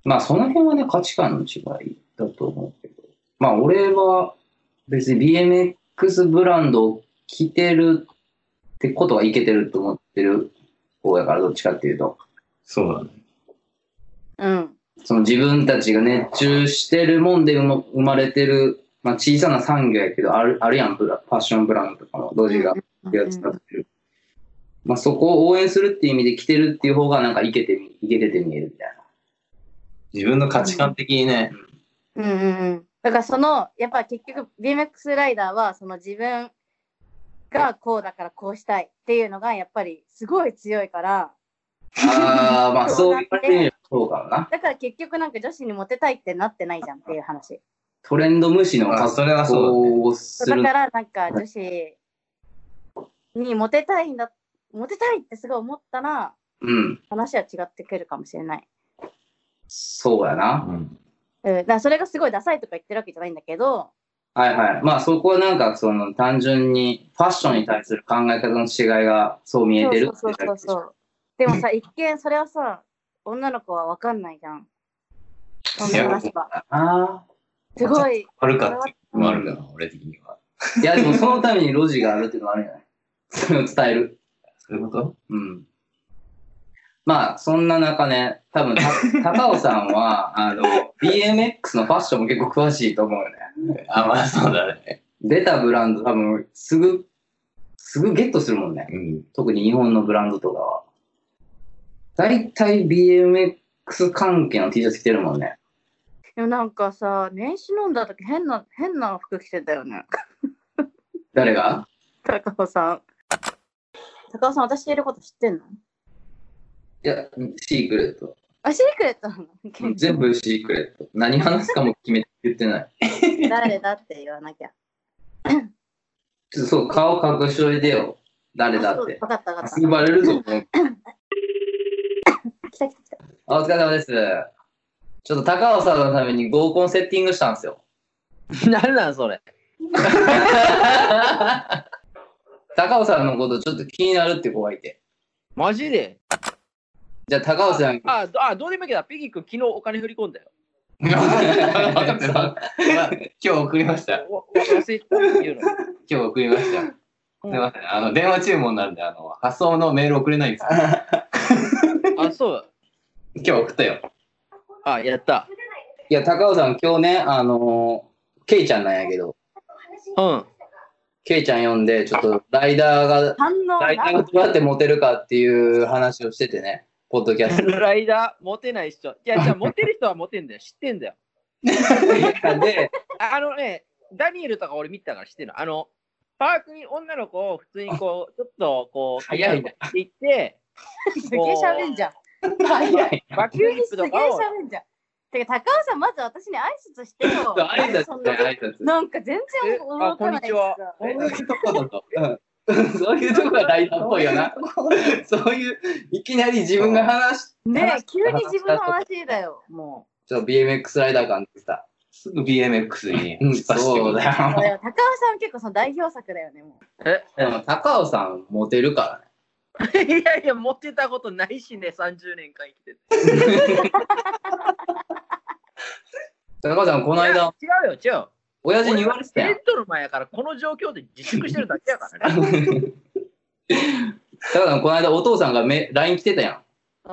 Speaker 2: まあその辺はね価値観の違いだと思うけどまあ俺は別に BMX ブランドを着てるってことはいけてると思ってる方やからどっちかっていうと
Speaker 4: そうだね
Speaker 3: うん
Speaker 2: その自分たちが熱中してるもんで生ま生まれてる、まあ、小さな産業やけどあるあるやんブラファッションブランドとかのドジがやつだってる、まあ、そこを応援するっていう意味で着てるっていう方がなんかいけてみいけてて見えるみたいな
Speaker 4: 自分の価値観的にね、
Speaker 3: うんうんうんだからそのやっぱ結局 BMX ライダーはその自分がこうだからこうしたいっていうのがやっぱりすごい強いから
Speaker 2: ああまあそう言われてみればそうかもな
Speaker 3: だから結局なんか女子にモテたいってなってないじゃんっていう話
Speaker 2: トレンド無視の
Speaker 4: あそれはそうだね
Speaker 2: をす
Speaker 3: だ
Speaker 2: る
Speaker 3: からなんか女子にモテたいんだモテたいってすごい思ったら
Speaker 2: うん
Speaker 3: 話は違ってくるかもしれない、
Speaker 2: そうやな
Speaker 4: うん
Speaker 3: うん、だからそれがすごいダサいとか言ってるわけじゃないんだけど
Speaker 2: はいはいまあそこはなんかその単純にファッションに対する考え方の違いがそう見えてるって
Speaker 3: そう
Speaker 2: だ
Speaker 3: そう
Speaker 2: け
Speaker 3: そうそう。でもさ、一見それはさ、女の子はわかんないじゃん。そんな話は。
Speaker 2: あ
Speaker 3: すごい。
Speaker 4: 悪かったもあるから、俺的には
Speaker 2: ーいやでもそのために ロジがあるっていうのはあるんじゃないそれを伝える
Speaker 4: そういうこと
Speaker 2: うんまあ、そんな中ね、多分、た 高尾さんは、あの、BMX のファッションも結構詳しいと思うよね。
Speaker 4: あ、まあそうだね。
Speaker 2: 出たブランド多分、すぐ、すぐゲットするもんね。
Speaker 4: うん。
Speaker 2: 特に日本のブランドとかは。大体 BMX 関係の T シャツ着てるもんね。
Speaker 3: でもなんかさ、年始飲んだ時変な、変な服着てたよね。
Speaker 2: 誰が
Speaker 3: 高尾さん。高尾さん、私いること知ってんの
Speaker 2: いや、シークレット。
Speaker 3: あ、シークレットなの
Speaker 2: 全部シークレット。何話すかも決めて言ってない。
Speaker 3: 誰だって言わなきゃ。
Speaker 2: ちょっとそう、顔隠しといてよ。誰だって。
Speaker 3: 分かった分かっ
Speaker 2: すぐバレるぞ。
Speaker 3: た。来た来た来た。
Speaker 2: あお疲れ様です。ちょっと高尾さんのために合コンセッティングしたんですよ。
Speaker 1: 何なんそれ。
Speaker 2: 高尾さんのことちょっと気になるって子がいて。
Speaker 1: マジで
Speaker 2: じゃあ高尾さん。
Speaker 1: あどあ、どうでもいいけど、ピギー君、昨日お金振り込んだよ。
Speaker 4: 分かってた。今日送りました。
Speaker 1: わわ忘れてたっていうの。
Speaker 4: 今日送りました。す
Speaker 1: う
Speaker 4: み
Speaker 1: ん
Speaker 4: ません。あの、電話注文なんで、あの、発送のメール送れないんですよ
Speaker 1: あ、そう。
Speaker 4: 今日送ったよ。
Speaker 1: あ、やった。
Speaker 2: いや、高尾さん、今日ね、あのー、ケイちゃんなんやけど、
Speaker 1: うん。
Speaker 2: ケイちゃん呼んで、ちょっとライダーが、
Speaker 3: 反応
Speaker 2: ライダーがどうやってモテるかっていう話をしててね、ポッドキャスト
Speaker 1: ライダー、モテない人。いや、じゃあ、モテる人はモテんだよ。知ってんだよ。
Speaker 2: で、
Speaker 1: ああのね、ダニエルとか俺見てたから知ってるの。あの、パークに女の子を普通にこう、ちょっとこう、
Speaker 2: 早いな
Speaker 1: って言って、
Speaker 3: すげえ喋んじゃん。
Speaker 2: 早い。
Speaker 1: バックフ
Speaker 3: 急
Speaker 1: リ
Speaker 3: に
Speaker 1: ッ
Speaker 3: す
Speaker 1: プ
Speaker 3: げえ
Speaker 1: とかを、
Speaker 3: 喋んじゃん。てか、高尾さん、まず私に挨拶してよ。
Speaker 2: 挨拶ね、挨拶。
Speaker 3: なんか全
Speaker 1: え
Speaker 3: 然
Speaker 1: あ、
Speaker 3: 思
Speaker 1: こ
Speaker 3: わ
Speaker 1: ん
Speaker 3: な
Speaker 1: に
Speaker 3: い
Speaker 1: ちは。
Speaker 2: そう
Speaker 1: え
Speaker 2: いうとこだと。うんそういうとこがライダーっぽいよな。そういう、いきなり自分が話し、
Speaker 3: ねえ、急に自分の話だよ、も
Speaker 2: ちょっと BMX ライダー感でした。
Speaker 4: すぐ BMX に
Speaker 2: うん
Speaker 4: 突っ走ってく
Speaker 2: そう
Speaker 4: る
Speaker 2: だよ
Speaker 3: う。。だから高尾さん結構その代表作だよね、も
Speaker 1: え
Speaker 2: でも高尾さんモテるからね。
Speaker 1: いやいや、モテたことないしね、30年間生きてて。
Speaker 2: 高尾さん、この
Speaker 1: 違う
Speaker 2: 間、
Speaker 1: よ、違うよ。
Speaker 2: 親父に言われてた
Speaker 1: 俺
Speaker 2: やん
Speaker 1: はベ。ッドの前やから、この状況で自粛してるだけやからね。
Speaker 2: 高尾さん、この間お父さんがめ LINE 来てたやん。
Speaker 1: うん。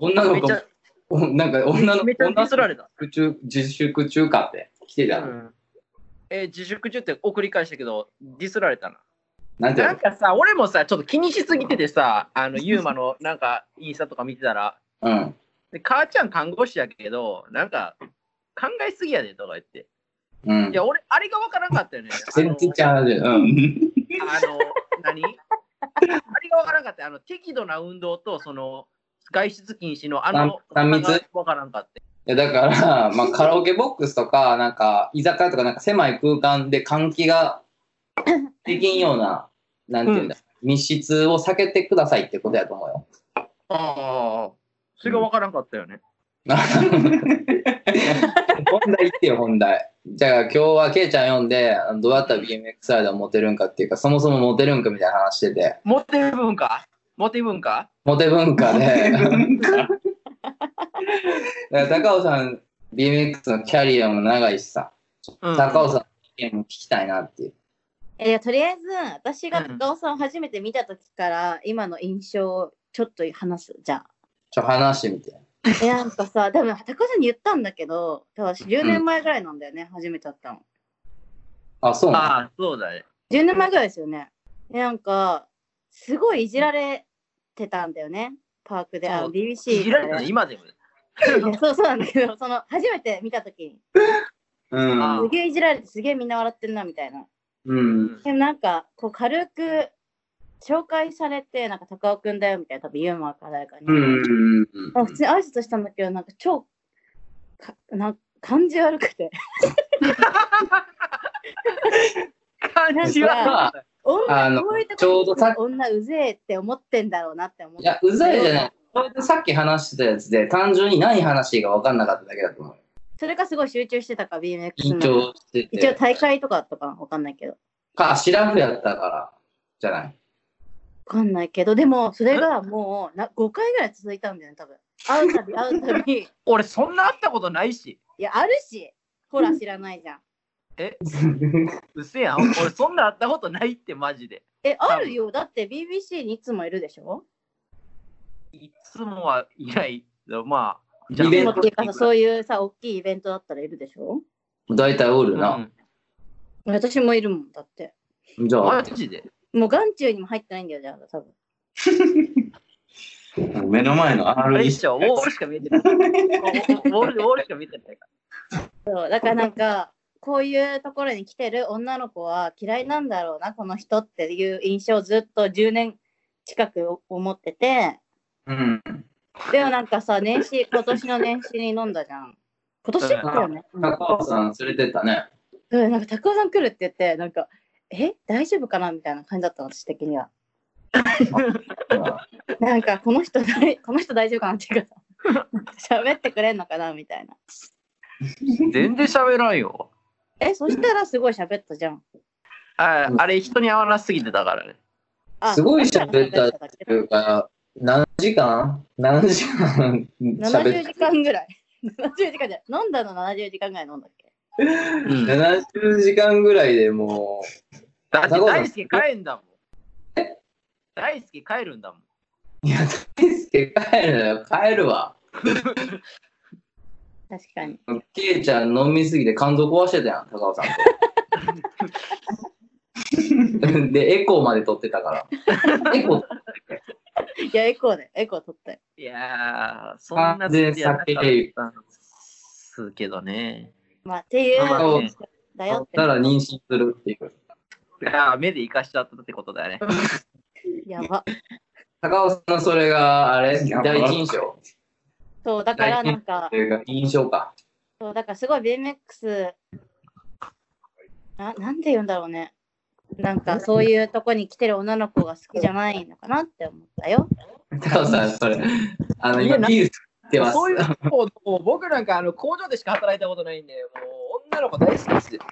Speaker 2: 女の子
Speaker 1: めちゃ
Speaker 2: お なんか女の
Speaker 1: めちゃ
Speaker 2: 女
Speaker 1: めちゃ
Speaker 2: の
Speaker 1: ディスられた。
Speaker 2: 自粛中自粛中かって来てたの、
Speaker 1: うんえー自粛中って送り返したけど、ディスられたな。
Speaker 2: なんていう
Speaker 1: な
Speaker 2: の
Speaker 1: んかさ、俺もさ、ちょっと気にしすぎててさ、あ の、ユーマのなんか、インスタとか見てたら、
Speaker 2: うん
Speaker 1: で母ちゃん看護師やけど、なんか、考えすぎやでとか言って。
Speaker 2: うん
Speaker 1: いや、俺、あれがわからんかったよね。
Speaker 2: 全然ちゃう話だようん
Speaker 1: あの、何あれがわからんかった。あの、適度な運動と、その、外出禁止の、あの、
Speaker 2: 三三密
Speaker 1: 差がわからんかった。
Speaker 2: いやだから、 まあ、カラオケボックスとかなんか居酒屋とかなんか狭い空間で換気が できんようななんていうんだ、密室を避けてくださいってことやと思うよ。
Speaker 1: ああ。それがわからんかったよね。
Speaker 2: 本題いってよ本題じゃあ今日はケイちゃん読んであのどうやったら BMX ライダーモテるんかっていうかそもそもモテるんかみたいな話してて
Speaker 1: モテ文化モテ文化
Speaker 2: モテ文化でだから高尾さん BMX のキャリアも長いしさ、
Speaker 1: うん
Speaker 2: 高尾さんの意見も聞きたいなっていう
Speaker 3: う。いや、とりあえず、私が高尾さんを初めて見た時から、今の印象をちょっと話す、じゃあ。
Speaker 2: ちょ話してみて
Speaker 3: え、なんかさ、多分高尾さんに言ったんだけど、多分私10年前ぐらいなんだよね、初めて会ったの。
Speaker 2: あそうなの
Speaker 1: ああ、そうだね。
Speaker 3: 10年前ぐらいですよね。でなんか、すごいいじられてたんだよね、パークで。あ
Speaker 1: そ
Speaker 3: の
Speaker 1: う
Speaker 3: BBC
Speaker 1: いじられたの今でもね。
Speaker 3: いやそうそうなんだけど、その初めて見たときに、
Speaker 2: うん
Speaker 3: すげえいじられて、すげえみんな笑ってるなみたいな。
Speaker 2: うん
Speaker 3: でもなんか、こう軽く紹介されて、なんか高尾くんだよみたいな、多分ユーモアか誰かに。
Speaker 2: うんうんうん
Speaker 3: なんか普通に挨拶したんだけど、なんか超かなんか感じ悪くて、
Speaker 1: 感じは。
Speaker 2: あ
Speaker 3: 女
Speaker 2: の
Speaker 3: こういうとこ
Speaker 2: ちょうどさっき
Speaker 3: 女うぜえって思ってんだろうなって思っ
Speaker 2: い
Speaker 3: て。
Speaker 2: やうざいじゃないこれでさっき話してたやつで単純に何話していいか分かんなかっただけだと思う
Speaker 3: それかすごい集中してたか、BMX
Speaker 2: 緊
Speaker 3: の。
Speaker 2: 張して
Speaker 3: 一応
Speaker 2: て
Speaker 3: 大会とかだったかなわかんないけど。
Speaker 2: かシラフやったからじゃない
Speaker 3: わかんないけど、でもそれがもうな5回ぐらい続いたんだよね、多分。会うたび会うたび。
Speaker 1: 俺、そんな会ったことないし。
Speaker 3: いや、あるし、ほら知らないじゃん。
Speaker 1: うせやん。俺、そんな会ったことないって、マジで。
Speaker 3: え、あるよ。だって BBC にいつもいるでしょ
Speaker 1: いつもはいない。まあ、
Speaker 4: イベント
Speaker 3: っていうかさそういうさ、大きいイベントだったらいるでしょ
Speaker 2: 大体おる
Speaker 1: う
Speaker 2: な。
Speaker 1: ん
Speaker 3: 私もいるもん、だって。
Speaker 2: じゃ
Speaker 1: マ
Speaker 2: あ、
Speaker 1: ジで
Speaker 3: もう眼中にも入ってないんだよ、じゃあ、多分。
Speaker 4: 目の前の
Speaker 1: あれ
Speaker 4: R1
Speaker 1: でしょ、ウォールしか見えてない。ウォール、ウォールしか見えてないか
Speaker 3: そう、だからなんか、こういうところに来てる女の子は嫌いなんだろうな、この人っていう印象をずっと10年近く思ってて、
Speaker 2: うん。
Speaker 3: でもなんかさ、年始、 今年の年始に飲んだじゃん。今年だよね。うん
Speaker 2: 高尾さん連れてったね。
Speaker 3: うん、なんか高尾さん来るって言って、なんか、え大丈夫かなみたいな感じだったの、私的 には。なんか、この人大、この人大丈夫かなっていうか、 喋ってくれんのかなみたいな。
Speaker 1: ら。全然喋らんよ。
Speaker 3: え、そしたらすごい喋ったじゃん。
Speaker 1: ああれ、人に合わなすぎてたからね。
Speaker 3: あ
Speaker 2: すごい喋った
Speaker 3: だけ
Speaker 2: というか、何時間何時間喋
Speaker 3: 70
Speaker 2: っ
Speaker 3: 時間ぐらい。70時間じゃない飲んだの70時間ぐらい飲んだっけ
Speaker 1: うんだ
Speaker 2: 70時間ぐらいでも
Speaker 1: って大輔帰んだもん。大輔帰るんだもん。
Speaker 2: う、いや、大輔帰るよ、帰るわ。
Speaker 3: 確かに。
Speaker 2: ケイちゃん飲みすぎて肝臓壊してたやん、高尾さん と。で、エコーまで撮ってたから。エコー
Speaker 3: いや、エコーで、エコー取ったよ。
Speaker 1: いやー、そんなつもりはなかったんですけどね。
Speaker 3: まあ、っていう、
Speaker 1: まあね
Speaker 3: だ
Speaker 2: だ
Speaker 3: よっ。
Speaker 2: ってたら妊娠するっていう。
Speaker 1: いやー目で生かしちゃったってことだよね。
Speaker 3: やば。
Speaker 2: 高尾さんのそれが、あれ、第一印象
Speaker 3: そう、だからなんか
Speaker 2: と、いうか、印象か。
Speaker 3: そう、だからすごい BMX、ななんて言うんだろうね。なんかそういうとこに来てる女の子が好きじゃないのかなって思ったよ。
Speaker 2: 高尾さん、それ、あの、
Speaker 1: いや
Speaker 2: 今、
Speaker 1: な
Speaker 2: ビール作ってます。
Speaker 1: そういうこもう僕なんかあの工場でしか働いたことないんで、もう女の子大好きですよ。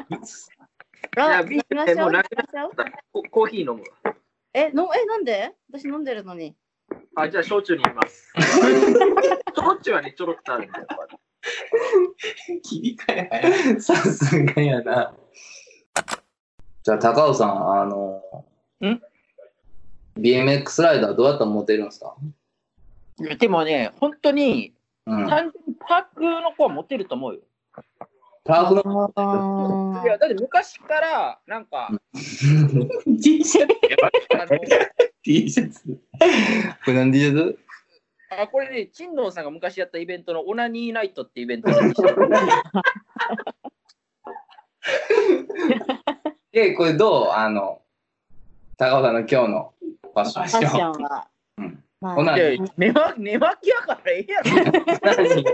Speaker 1: いや
Speaker 3: あ、
Speaker 1: ビー
Speaker 3: 飲みま
Speaker 1: ルっ
Speaker 3: してょ
Speaker 1: も
Speaker 3: う
Speaker 1: う
Speaker 3: 飲
Speaker 1: な
Speaker 3: み
Speaker 1: く
Speaker 3: ましょう
Speaker 1: ココーヒー飲むわ。
Speaker 3: え、のえ、なんで私飲んでるのに。
Speaker 1: あ、じゃあ焼酎にい ます。焼酎はね、ちょろっとあるんだよ。
Speaker 4: 切り替え早い。
Speaker 2: さすがやな。じゃあ、高尾さん、あの、
Speaker 1: ん
Speaker 2: ?BMX ライダーどうやったらモテるんですか
Speaker 1: でもね、本当に
Speaker 2: うん。
Speaker 1: 単純にパークの子はモテると思うよ。
Speaker 2: パークの。
Speaker 3: あー
Speaker 1: いや、だって昔から、なんか、
Speaker 4: T シャツ
Speaker 1: あの
Speaker 4: T シャツ。
Speaker 2: これなんで言う
Speaker 1: あこれね、珍道さんが昔やったイベントのオナニーナイトってイベントなんですよ
Speaker 2: え、これどうあの、高尾さんの今日のファッション。
Speaker 3: ファッションは。ま
Speaker 2: オ
Speaker 3: あ、
Speaker 2: ナニ
Speaker 1: いや
Speaker 2: ー
Speaker 1: いや寝ま寝巻きやからええやろ。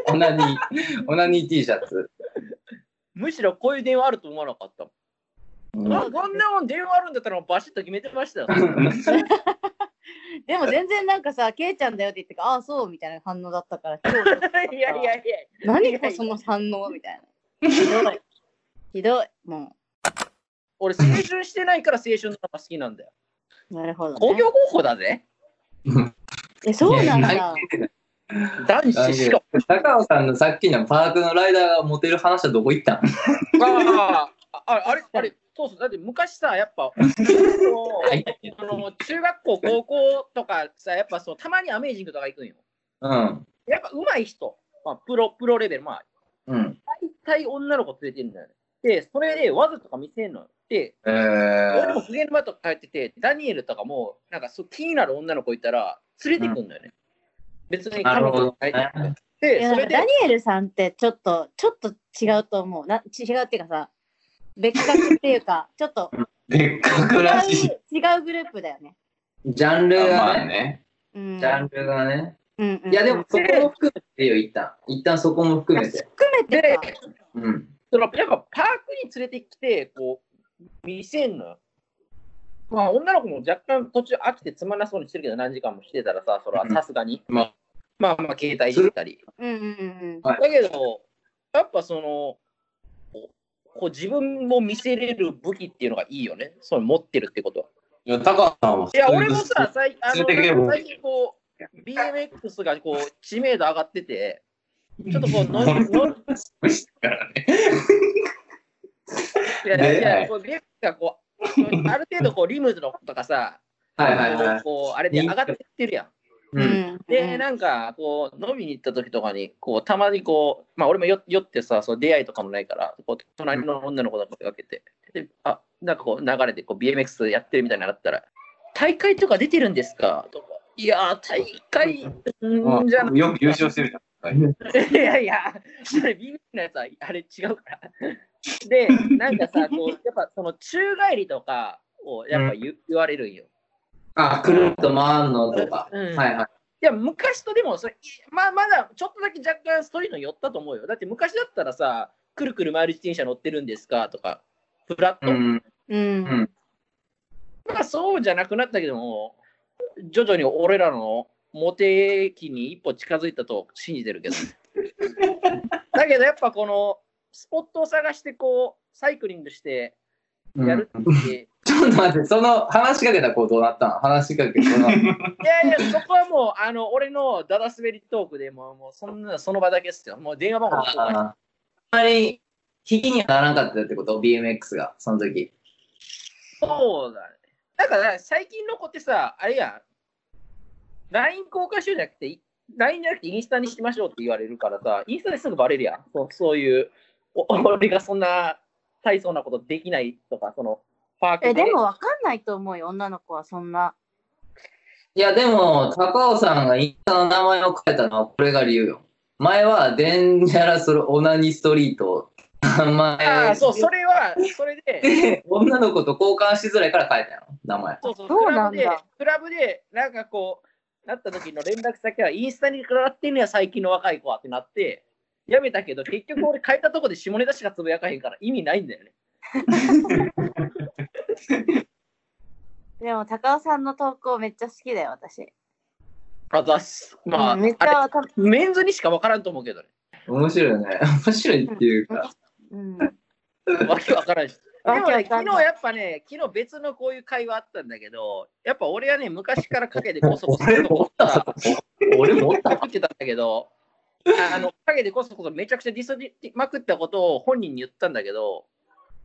Speaker 2: オナニー、オナニー T シャツ。
Speaker 1: むしろこういう電話あると思わなかったもん。
Speaker 2: うん
Speaker 1: あこんなもん電話あるんだったらバシッと決めてま したよ。
Speaker 3: でも全然なんかさ、ケイちゃんだよって言ってから、ああ、そうみたいな反応だったから、今 日
Speaker 1: いやいやいや。
Speaker 3: 何がその反応みたいな。ひどい。ひどい。も
Speaker 1: 俺、青春してないから青春の方が好きなんだよ。
Speaker 3: う、なるほど、
Speaker 1: 工
Speaker 3: ね。
Speaker 1: 業高校だぜ。
Speaker 3: え、そうなん
Speaker 2: い
Speaker 3: だ
Speaker 2: や。
Speaker 1: 男子しか
Speaker 2: 高尾さんのさっきのパークのライダーがモテる話はどこ行ったん
Speaker 1: も。ああああれ、あれ、そうそう。だって昔さ、やっ ぱ、
Speaker 2: い
Speaker 1: その中学校、高校とかさ、やっぱそうたまにアメージングとか行くんよ。
Speaker 2: うん。
Speaker 1: やっぱ上手い人、まあ、プロ、プロレベル、まあ、
Speaker 2: うん。
Speaker 1: 大体女の子連れてるんだよね。で、それで技とか見せんのよ。で、
Speaker 2: え
Speaker 1: 俺も
Speaker 2: ー、
Speaker 1: 無限のバとか帰ってて、ダニエルとかも、なんかそう気になる女の子いたら、連れてくんだよね。別に
Speaker 2: な
Speaker 1: 彼
Speaker 2: る
Speaker 1: 女
Speaker 2: ほど
Speaker 1: と。か帰って
Speaker 2: ね
Speaker 3: い
Speaker 1: て、
Speaker 3: や
Speaker 1: そ
Speaker 3: な
Speaker 1: れ
Speaker 3: んか
Speaker 1: で
Speaker 3: ダニエルさんってちょっと、ちょっと違うと思う。な違うっていうかさ、別格っていうか、ちょっと
Speaker 4: でっかくらしい。
Speaker 3: 違う違うグループだよね。
Speaker 2: ジャンルが
Speaker 4: まあ
Speaker 2: ね。
Speaker 4: ね。
Speaker 3: うん。
Speaker 2: ジャンルがね。
Speaker 3: うんうん
Speaker 2: いや、でもそこも含めてよ、一旦。一旦そこも含めて。
Speaker 3: 含めてか。
Speaker 2: うん。
Speaker 1: そのやっぱパークに連れてきて、こう、見せんのよ。まあ、女の子も若干途中飽きてつまんなそうにしてるけど、何時間もしてたらさ、それはさすがに。
Speaker 4: まあ、
Speaker 1: まあまあ、携帯いじったり。
Speaker 3: うんうんうん
Speaker 2: は
Speaker 1: だけど、やっぱその、こうこう自分も見せれる武器っていうのがいいよね。その持ってるってことは。
Speaker 4: いや高さんはい
Speaker 1: や、俺もさ、、最あの
Speaker 4: 連れてけよ
Speaker 1: 最近こう、BMX がこう知名度上がってて、ちょっとこう、 の
Speaker 4: 俺
Speaker 1: の
Speaker 4: からね。
Speaker 1: いやいや
Speaker 4: ね
Speaker 1: いや、こう、リュックがこう、ある程度こう、リムズのとかさ、
Speaker 2: はいはいはい
Speaker 1: こうこうあれで上がってってるやん。
Speaker 2: う。
Speaker 3: うんん
Speaker 1: で、なんか、こう、飲みに行った時とかに、こう、たまにこう、まあ、俺も酔酔ってさ、その出会いとかもないから、こう、隣の女の子とか分けて、で、あ、なんかこう、流れて、こう、BMX やってるみたいになったら、大会とか出てるんですかとか、いやー、大会、んーじゃな
Speaker 4: あよく優勝してるじゃん。
Speaker 1: いやいや、それ BMX のやつは、あれ違うから。で、なんかさ、こう、やっぱその宙返りとかを、やっぱ言,、言われるんよ。
Speaker 2: あ、くるっと回んのとか。
Speaker 1: うん
Speaker 2: はいはい。
Speaker 1: いや、昔とでもそれ、いまあ、まだちょっとだけ若干そういうの寄ったと思うよ。だって昔だったらさ、くるくる回る自転車乗ってるんですかとか、フラット。
Speaker 2: うん。
Speaker 3: うん
Speaker 2: うん
Speaker 1: まあ、そうじゃなくなったけども、徐々に俺らのモテ期に一歩近づいたと信じ てるけど。だけどやっぱこの、スポットを探してこう、サイクリングしてやるって、
Speaker 2: ちょっと待って、その話しかけた子どうなったの話しかけたの。
Speaker 1: いやいや、そこはもう、あの、俺のダダ滑りトークでもう、もうそんな、その場だけっすよ。もう電話番号交換して
Speaker 2: ああんまり、引きにはならなかったってこと ?BMX が、その時。
Speaker 1: そうだね。だから最近の子ってさ、あれやん、LINE 交換しようじゃなくて、い LINE じゃなくてインスタにしましょうって言われるからさ、インスタですぐバレるやん。そうそういうお、 俺がそんな大層なことできないとか、その、パーク
Speaker 3: えでもわかんないと思うよ女の子はそんない
Speaker 2: や、でも、高尾さんがインスタの名前を変えたのはこれが理由よ。前は、デンジャラスルオナニストリート。名前
Speaker 1: ああ、そう、それは、それで、
Speaker 2: で、女の子と交換しづらいから変えたよ、名前。
Speaker 1: そうそう、
Speaker 3: そう
Speaker 1: ク
Speaker 3: な
Speaker 1: ラ
Speaker 3: ん
Speaker 1: ブ
Speaker 3: だ
Speaker 1: で、クラブで、なんかこう、なった時の連絡先はインスタにくらってんねや、最近の若い子はってなって、やめたけど、結局俺変えたとこで下ネタしかつぶやかへんから意味ないんだよね。
Speaker 3: でも高尾さんの投稿めっちゃ好きだよ私、
Speaker 1: あざっす。まあ、
Speaker 3: うんめっち
Speaker 1: あれ
Speaker 3: ゃわかん
Speaker 1: メンズにしか分からんと思うけどね。
Speaker 2: 面白いね。面白いっていうか。
Speaker 3: うん
Speaker 1: わけ分からんし。でも
Speaker 3: わ
Speaker 1: ね
Speaker 3: け、わかん
Speaker 1: 昨
Speaker 3: ない
Speaker 1: 日やっぱね、昨日別のこういう会話あったんだけど、やっぱ俺はね、昔から陰でこそこそ
Speaker 2: 俺もおった。俺もおった。
Speaker 1: 言ってたんだけど、あの陰でこそこそめちゃくちゃディスりまくったことを本人に言ったんだけど、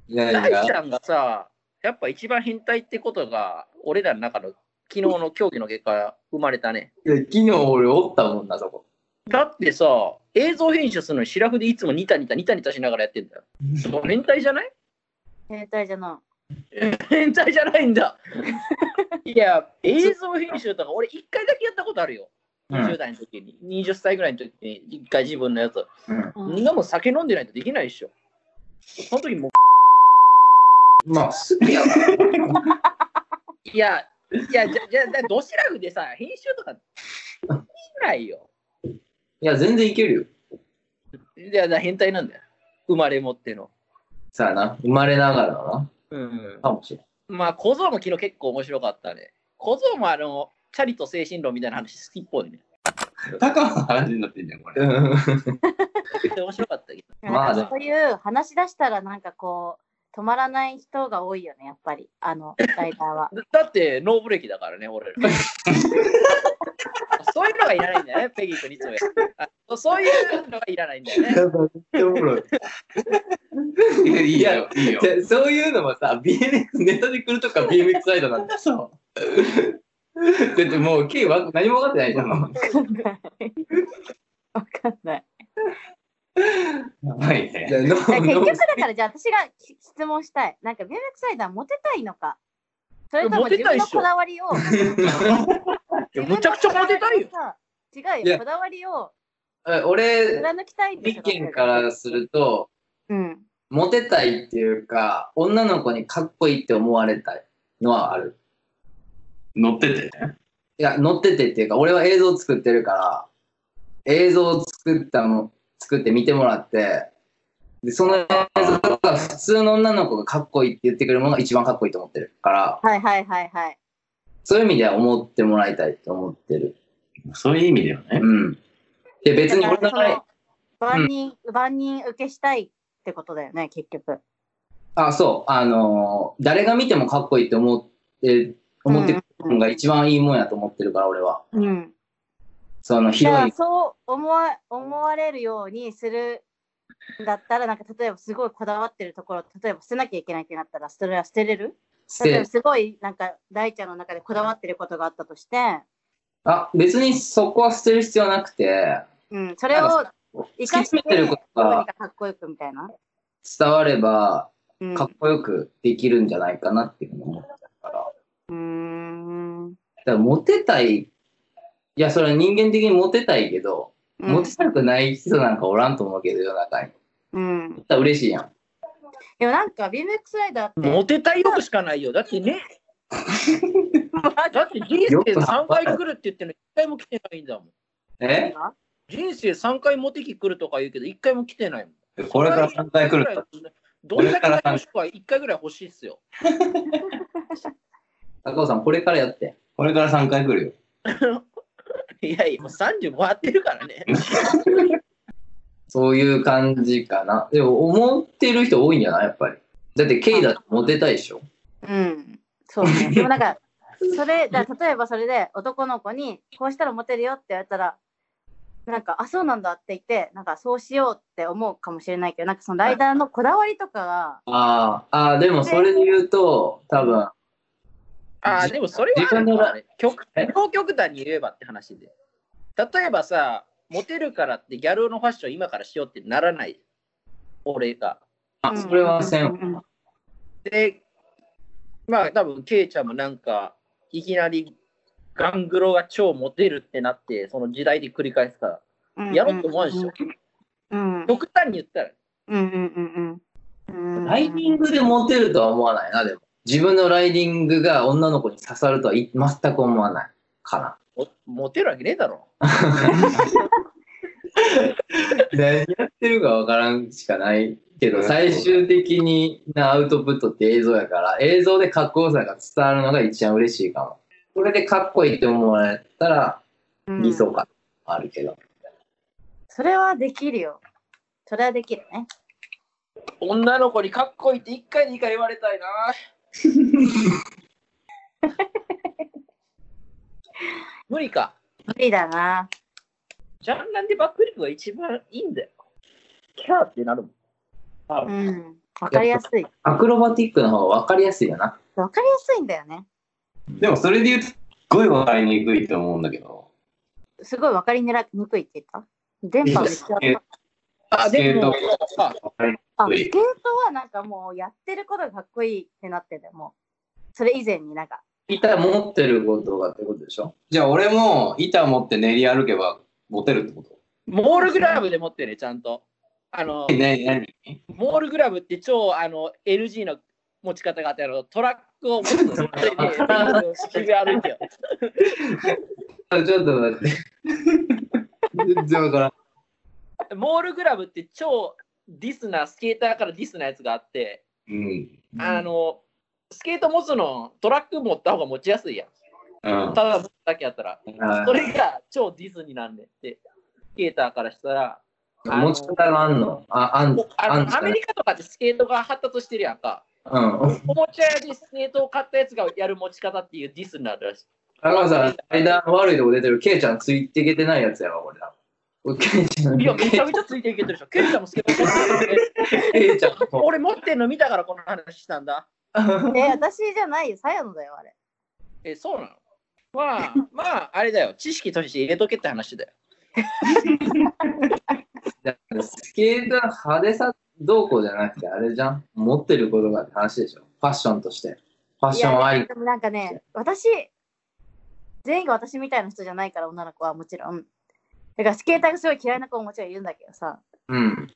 Speaker 2: いやい
Speaker 1: 大ち
Speaker 2: や。
Speaker 1: ゃんがさ、やっぱ一番変態ってことが、俺らの中の昨日の競技の結果、生まれたね。
Speaker 2: いや昨日俺おったもんな、そこ。
Speaker 1: だってさ、映像編集するのに、シラフでいつもニタニタニタニタしながらやってんだよ。変態じゃない
Speaker 3: 変態じゃな
Speaker 1: 変態じゃないん だ。いや、映像編集とか、俺、一回だけやったことあるよ。
Speaker 2: うん
Speaker 1: 20代の時に、20歳ぐらいの時に、一回自分のやつ。
Speaker 2: うん
Speaker 3: い、うん
Speaker 1: みんなも酒飲んでないとできないでしょ。その時もう、
Speaker 2: まあ、すぐやわ。
Speaker 1: いや、いや、じゃ、じゃ、だドシラフでさ、編集とか、できないよ。
Speaker 2: いや、全然いけるよ。
Speaker 1: いや、だ変態なんだよ。生まれ持っての。
Speaker 2: さあな、生まれながらな。
Speaker 1: うん。
Speaker 2: かもしれん。
Speaker 1: まあ、小僧も昨日結構面白かったね。小僧もあの、チャリと精神論みたいな話好きっぽいね。
Speaker 4: 高尾の話になってんじゃん、これ。
Speaker 1: 面白かったけど。
Speaker 2: まあ
Speaker 3: なんかそういう話し出したらなんかこう止まらない人が多いよねやっぱりあのライター は
Speaker 1: だだってノーブレーキだからね、俺ら。そういうのがいらないんだよね、ペギー君いつもやるあそそういうのがいらないんだよね。
Speaker 4: いやいいよ、いいよ。
Speaker 2: で そういうのもさ、BMX ネットで来るとか BMX サイドなんだ。そう。だってもう、K は何も分かってないじゃん。
Speaker 3: わかんないわかんない
Speaker 4: やばい
Speaker 2: い
Speaker 4: ね。
Speaker 2: やノ
Speaker 3: いや
Speaker 2: ー
Speaker 3: 結
Speaker 2: ノ
Speaker 3: 局
Speaker 2: ー
Speaker 3: だからじゃあ私がき質問したい。なんか BMX ライダーモテたいのかそれとも
Speaker 1: いやモテ
Speaker 3: 自
Speaker 1: たい
Speaker 3: 分
Speaker 1: っしょ
Speaker 3: のこだわり を。
Speaker 1: いやむちゃくちゃモテたいよ。
Speaker 3: 自分のこだわりをさ違う
Speaker 2: い
Speaker 3: よ、
Speaker 2: や
Speaker 3: こだわりを
Speaker 2: え俺、
Speaker 3: 貫きたいんでし
Speaker 2: 意
Speaker 3: ょ
Speaker 2: 見か。
Speaker 3: だっ
Speaker 2: ら
Speaker 3: て
Speaker 2: すると、
Speaker 3: うん。
Speaker 2: モテたいっていうか、女の子にかっこいいって思われたいのはある。
Speaker 4: 乗ってて。
Speaker 2: いや、乗っててっていうか、俺は映像作ってるから、映像を作ったの、作って見てもらって、でその映像が普通の女の子がかっこいいって言ってくれるものが一番かっこいいと思ってるから、
Speaker 3: はいはいはいはい。
Speaker 2: そういう意味では思ってもらいたいと思ってる。
Speaker 4: そういう意味だよね。
Speaker 2: うん。で、別に
Speaker 3: だ
Speaker 2: 俺
Speaker 3: から
Speaker 2: の
Speaker 3: そ
Speaker 2: 場
Speaker 3: の、
Speaker 2: 合
Speaker 3: 万人、万人受けしたいってことだよね、結局。
Speaker 2: あ、そう、あのー誰が見てもかっこいいって思って、思ってく
Speaker 3: う
Speaker 2: るの
Speaker 3: ん
Speaker 2: が一番いいもんやと思ってるから、俺は。
Speaker 3: うん。
Speaker 2: その、
Speaker 3: じ
Speaker 2: 広
Speaker 3: ゃ
Speaker 2: い
Speaker 3: あそう思わ思われるようにするんだったら、なんか例えばすごいこだわってるところ、例えば捨てなきゃいけないってなったら、それは捨てれる例え
Speaker 2: せ
Speaker 3: ばすごいなんか大ちゃんの中でこだわってることがあったとして、
Speaker 2: あ、別にそこは捨てる必要なくて、
Speaker 3: うん、それを生
Speaker 2: 突き
Speaker 3: かして
Speaker 2: 詰めてること
Speaker 3: どうに
Speaker 2: が
Speaker 3: かかっこよくみたいな。
Speaker 2: 伝われば、
Speaker 3: う
Speaker 2: かっこよくできるんじゃないかなっていうのを思ったから。
Speaker 3: ん。うーん
Speaker 2: だからモテたい、いや、それは人間的にモテたいけど、モテたくない人なんかおらんと思うけど、世の中に。
Speaker 3: うん。
Speaker 2: だから嬉しいやん。
Speaker 3: でもなんか BMX ライダーって、
Speaker 1: モテたい欲しかないよ。だってね、だって人生3回来るって言ってるの1回も来てないんだもん。
Speaker 2: え
Speaker 1: 人生3回モテ期来るとか言うけど、1回も来てないもん。
Speaker 4: これから3回来ると。
Speaker 1: どんだけ欲しくは1回ぐらい欲しいっすよ。
Speaker 2: 高尾さん、これからやって。
Speaker 4: これから3回来るよ。
Speaker 1: いやいや、もう30回ってるからね。
Speaker 2: そういう感じかな。でも、思ってる人多いんじゃないやっぱり。だって、ケイだってモテたいでしょ。
Speaker 3: うん。そうね。でもなんか、それ、だから例えばそれで男の子に、こうしたらモテるよって言われたら、なんか、あ、そうなんだって言って、なんか、そうしようって思うかもしれないけど、なんかそのライダーのこだわりとかが、
Speaker 2: ああ、ああ、でもそれで言うと、多分、
Speaker 1: ああ、でもそれはあるからね極
Speaker 2: え
Speaker 1: 両極端に言えばって話で。例えばさ、モテるからってギャルのファッション今からしようってならない。俺が。
Speaker 2: あ、それはせ。
Speaker 3: うんん
Speaker 1: で、まあ多分、ケイちゃんもなんか、いきなりガングロが超モテるってなって、その時代で繰り返すから、
Speaker 3: うん
Speaker 1: やろうと思わんでしょ。
Speaker 3: うんうん
Speaker 1: 極端に言ったら、
Speaker 3: うんうんうんうん。
Speaker 2: ライディングでモテるとは思わないな、でも。自分のライディングが女の子に刺さるとはい全く思わないかな。
Speaker 1: モモテるわけねえだろ。
Speaker 2: 何やってるかわからんしかないけど、最終的になアウトプットって映像やから、映像でかっこよさが伝わるのが一番嬉しいかも。これでかっこいいって思われたら、
Speaker 3: うん
Speaker 2: 理想か、あるけど。
Speaker 3: それはできるよ。それはできるね。
Speaker 1: 女の子にかっこいいって1回2回言われたいな。無理か。
Speaker 3: 無理だな。
Speaker 1: ジャンランでバックリックが一番いいんだよ。キャーってなるもん。
Speaker 3: う
Speaker 1: あ
Speaker 3: ん。わかりやすい。
Speaker 2: アクロバティックの方がわかりやすいよな。
Speaker 3: わかりやすいんだよね。
Speaker 4: でもそれで言うと、すごい分かりにくいと思うんだけど、
Speaker 3: すごいわかりにくいって言った電波めっちゃあっ
Speaker 4: いや
Speaker 3: た。
Speaker 1: あ、
Speaker 4: スケ
Speaker 1: で
Speaker 4: ート
Speaker 1: も、あ
Speaker 4: 分かりに
Speaker 3: あ、ス
Speaker 4: い
Speaker 3: ケートはなんかもうやってることがかっこいいってなってて、もう。それ以前に なんか。
Speaker 2: ギター持ってることがってことでしょ
Speaker 4: じゃあ俺も板持って練り歩けばモテるってこ
Speaker 1: モールグラブで持ってね、ちゃんと。あの
Speaker 4: と、ね、何
Speaker 1: モールグラブって超あの LG の持ち方があってあの、トラックを持つの。それで、引き歩いてよ。
Speaker 2: あちょっと待って。全然わからん。
Speaker 1: モールグラブって超ディスな、スケーターからディスなやつがあって、
Speaker 4: うん。
Speaker 1: あの、スケート持つの、トラック持った方が持ちやすいやん。
Speaker 4: うん
Speaker 1: ただ持つだけやったら。
Speaker 2: あ
Speaker 1: それが超ディズニーなんでって、スケーターからしたら、
Speaker 2: 持ち方があんのあ、あん、あ
Speaker 1: あ
Speaker 2: んじ
Speaker 1: の
Speaker 2: ゃ
Speaker 1: ア
Speaker 2: な
Speaker 1: メ
Speaker 2: い
Speaker 1: リカとかってスケートが発達してるやんか。
Speaker 2: うん。
Speaker 1: おもちゃ屋でスケートを買ったやつがやる持ち方っていうディスになるらしい。
Speaker 2: 高橋さん、ライダーの悪いとこ出てる、ケイちゃんついていけてないやつやわ、これだ。俺ケイちゃん、
Speaker 1: いや、めちゃめちゃついていけてるでしょ。ケイちゃんもスケート持ってるでし
Speaker 2: ケイちゃん
Speaker 1: ょ。
Speaker 2: も。
Speaker 1: 俺持ってんの見たからこの話したんだ。
Speaker 3: え、私じゃないよ。さやのだよ、あれ。
Speaker 1: え、そうなのまあ、まあ、あれだよ。知識として入れとけって話だよ。
Speaker 2: スケートの派手さどうこうじゃなくて、あれじゃん。持ってることがって話でしょ。ファッションとして。ファッ
Speaker 3: い
Speaker 2: ション
Speaker 3: や
Speaker 2: あ
Speaker 3: でも。
Speaker 2: り
Speaker 3: でもなんかね、私、全員が私みたいな人じゃないから、女の子はもちろん。だからスケーターがすごい嫌いな子ももちろんいるんだけどさ、
Speaker 2: うん。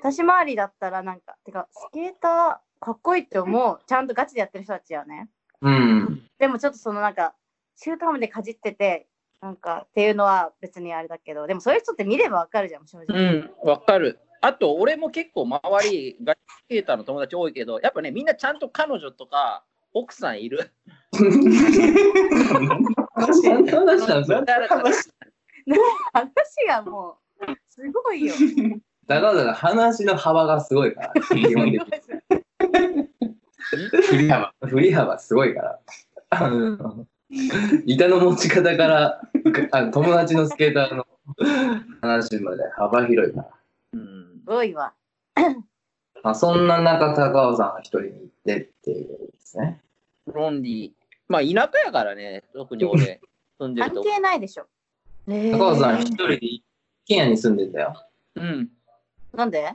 Speaker 3: 私周りだったらなんか、てか、スケーターかっこいいって思う。ちゃんとガチでやってる人たちよね。
Speaker 2: うん。
Speaker 3: でもちょっとそのなんか、中途半端でかじってて、なんかっていうのは別にあれだけど、でもそういう人って見ればわかるじゃん、正
Speaker 1: う
Speaker 3: 直。
Speaker 1: ん、わかる。あと、俺も結構周り、ガチスケーターの友達多いけど、やっぱね、みんなちゃんと彼女とか奥さんいる。
Speaker 2: 何の話なんですか
Speaker 3: 話がもう、すごいよ。
Speaker 2: 高橋さん、話の幅がすごいから、基本的
Speaker 4: 振り幅。
Speaker 2: に。振り幅すごいから。あの板の持ち方から、あの友達のスケーターの話まで幅広いから。
Speaker 1: うん
Speaker 3: すごいわ。
Speaker 2: まあ、そんな中、高尾山が一人に行ってっていうことですね。
Speaker 1: ロンリー。まあ、田舎やからね、特に 俺、住んでる
Speaker 3: 関
Speaker 1: と。
Speaker 3: 係ないでしょ。
Speaker 5: ねえ
Speaker 2: 高尾山一人で一軒家に住んでんだよ。
Speaker 1: うん。
Speaker 3: なんで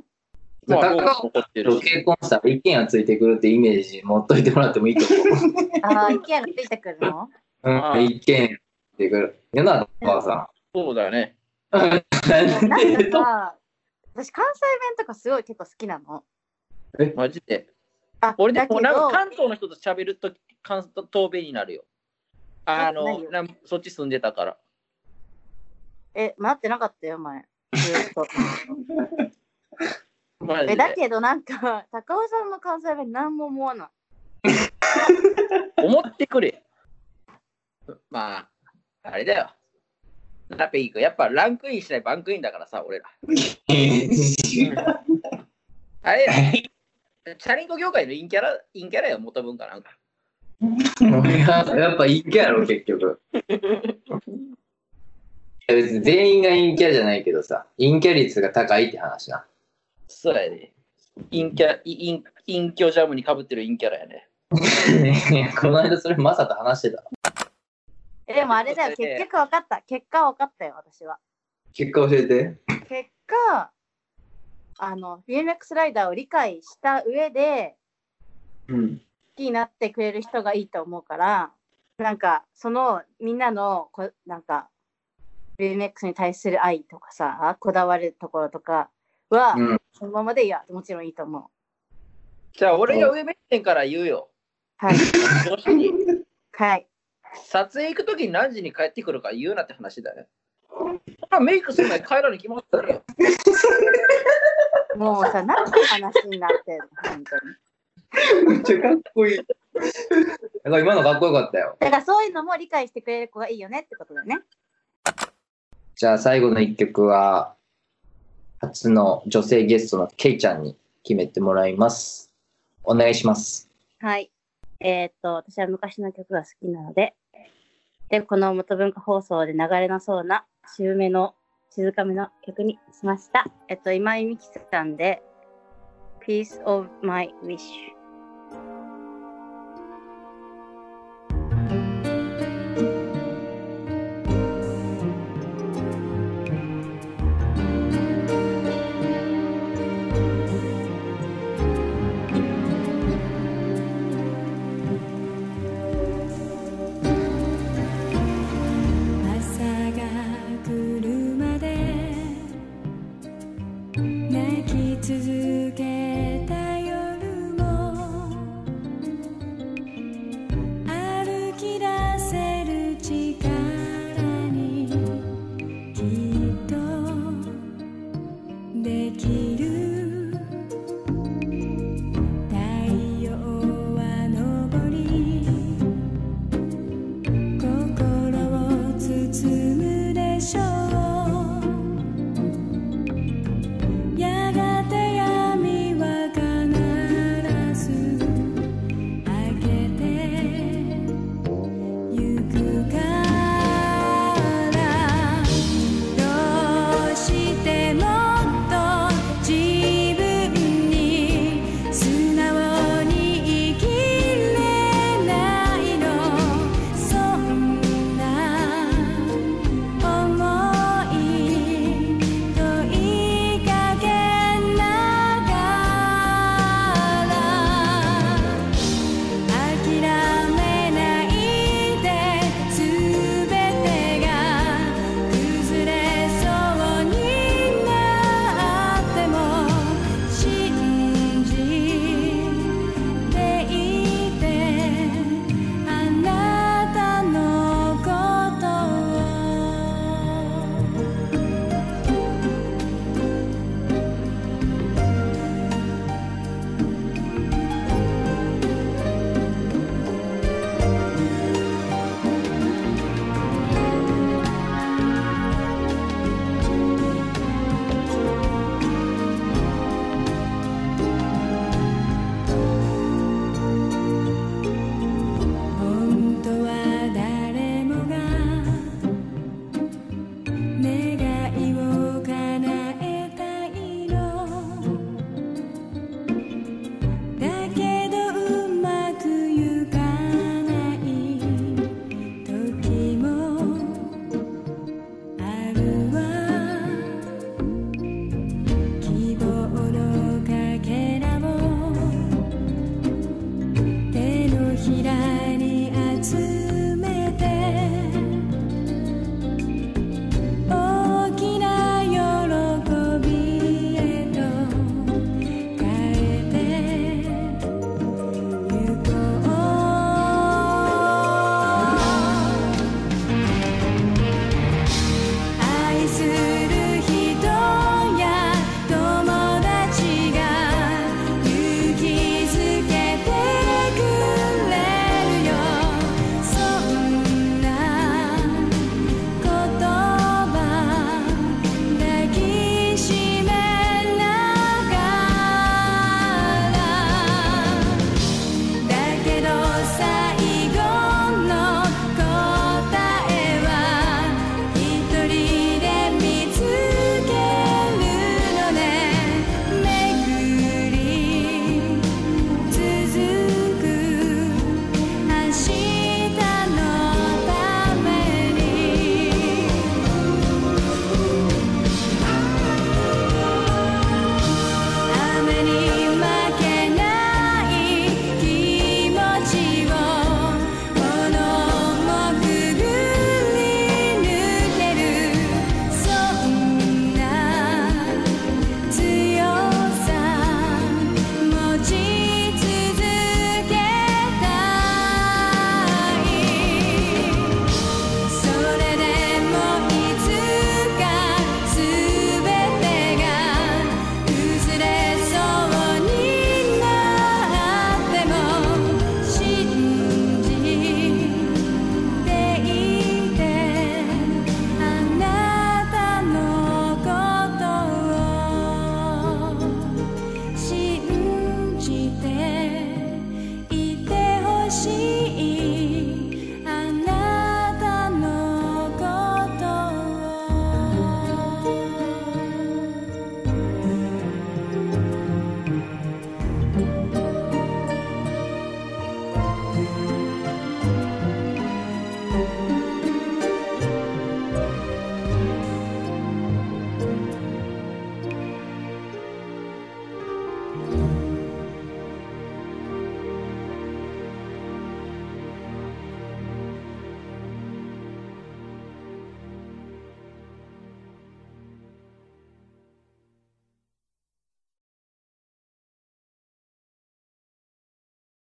Speaker 1: まあ、
Speaker 2: 高
Speaker 1: ロ
Speaker 2: 尾
Speaker 1: ン
Speaker 2: 山
Speaker 1: 残ってる
Speaker 2: と
Speaker 1: し。
Speaker 2: 結婚したら一軒家ついてくるってイメージ持っといてもらってもいいと 思う。
Speaker 3: ああ、意見がついてくる の
Speaker 2: うん、一軒家ついてくる。よな、高尾山。
Speaker 1: そうだよね。
Speaker 3: なんかさ、私関西弁とかすごい結構好きなの。
Speaker 1: マジで。
Speaker 3: あ、
Speaker 1: 俺で
Speaker 3: だけ
Speaker 1: も
Speaker 3: ど、
Speaker 1: なんか関東の人と喋るとき、関東弁になるよ。あの
Speaker 3: 何よ
Speaker 1: なんそっち住んでたから。
Speaker 3: え、待ってなかったよ、前。ずーっと
Speaker 1: マジで
Speaker 3: え、だけどなんか、高尾さんの関西弁何も思わない。
Speaker 1: 思ってくれ。まあ、あれだよ。ラペイ君、やっぱランクインしないバンクインだからさ、俺ら。あれや、チャリンコ業界の陰キャラ、陰キャラよ、元文化なんか。
Speaker 2: やっぱ陰キャやろ、結 局。いや別に全員が陰キャじゃないけどさ、陰キャ率が高いって話な。
Speaker 1: そうやね。陰キャ、陰、陰キョジャムにかぶってる陰キャラやね。
Speaker 2: この間それマサと話してた。
Speaker 3: え、でもあれだよ、
Speaker 1: ということで
Speaker 3: 結局分かった。結果は分かったよ、私は。
Speaker 2: 結果教えて。
Speaker 3: 結果、あの、BMX ライダーを理解した上で、
Speaker 2: うん。
Speaker 3: 好きになってくれる人がいいと思うから、なんか、その、みんなの、こなんか、BMX に対する愛とかさ、こだわるところとかは、
Speaker 2: うん
Speaker 3: そのままでいや、もちろんいいと思う。
Speaker 1: じゃあ、俺が上目線から言うよ。
Speaker 3: はい。
Speaker 1: 女子に、
Speaker 3: はい。
Speaker 1: 撮影行くときに何時に帰ってくるか言うなって話 だよ。あメイクする前に帰らに決まってるよ。
Speaker 3: もうさ、何の話になってるの本当に。
Speaker 2: めっちゃかっこいい。なんか今のかっこよかったよ。
Speaker 3: だからそういうのも理解してくれる子がいいよねってことだよね。
Speaker 2: じゃあ最後の一曲は、初の女性ゲストのケイちゃんに決めてもらいます。お願いします。
Speaker 3: はい。えーっと、私は昔の曲が好きなので、で、この元文化放送で流れなそうな、週めの、静かめの曲にしました。えっと、今井美樹さんで、Piece of My Wish。
Speaker 6: 朝が来るまで泣き続け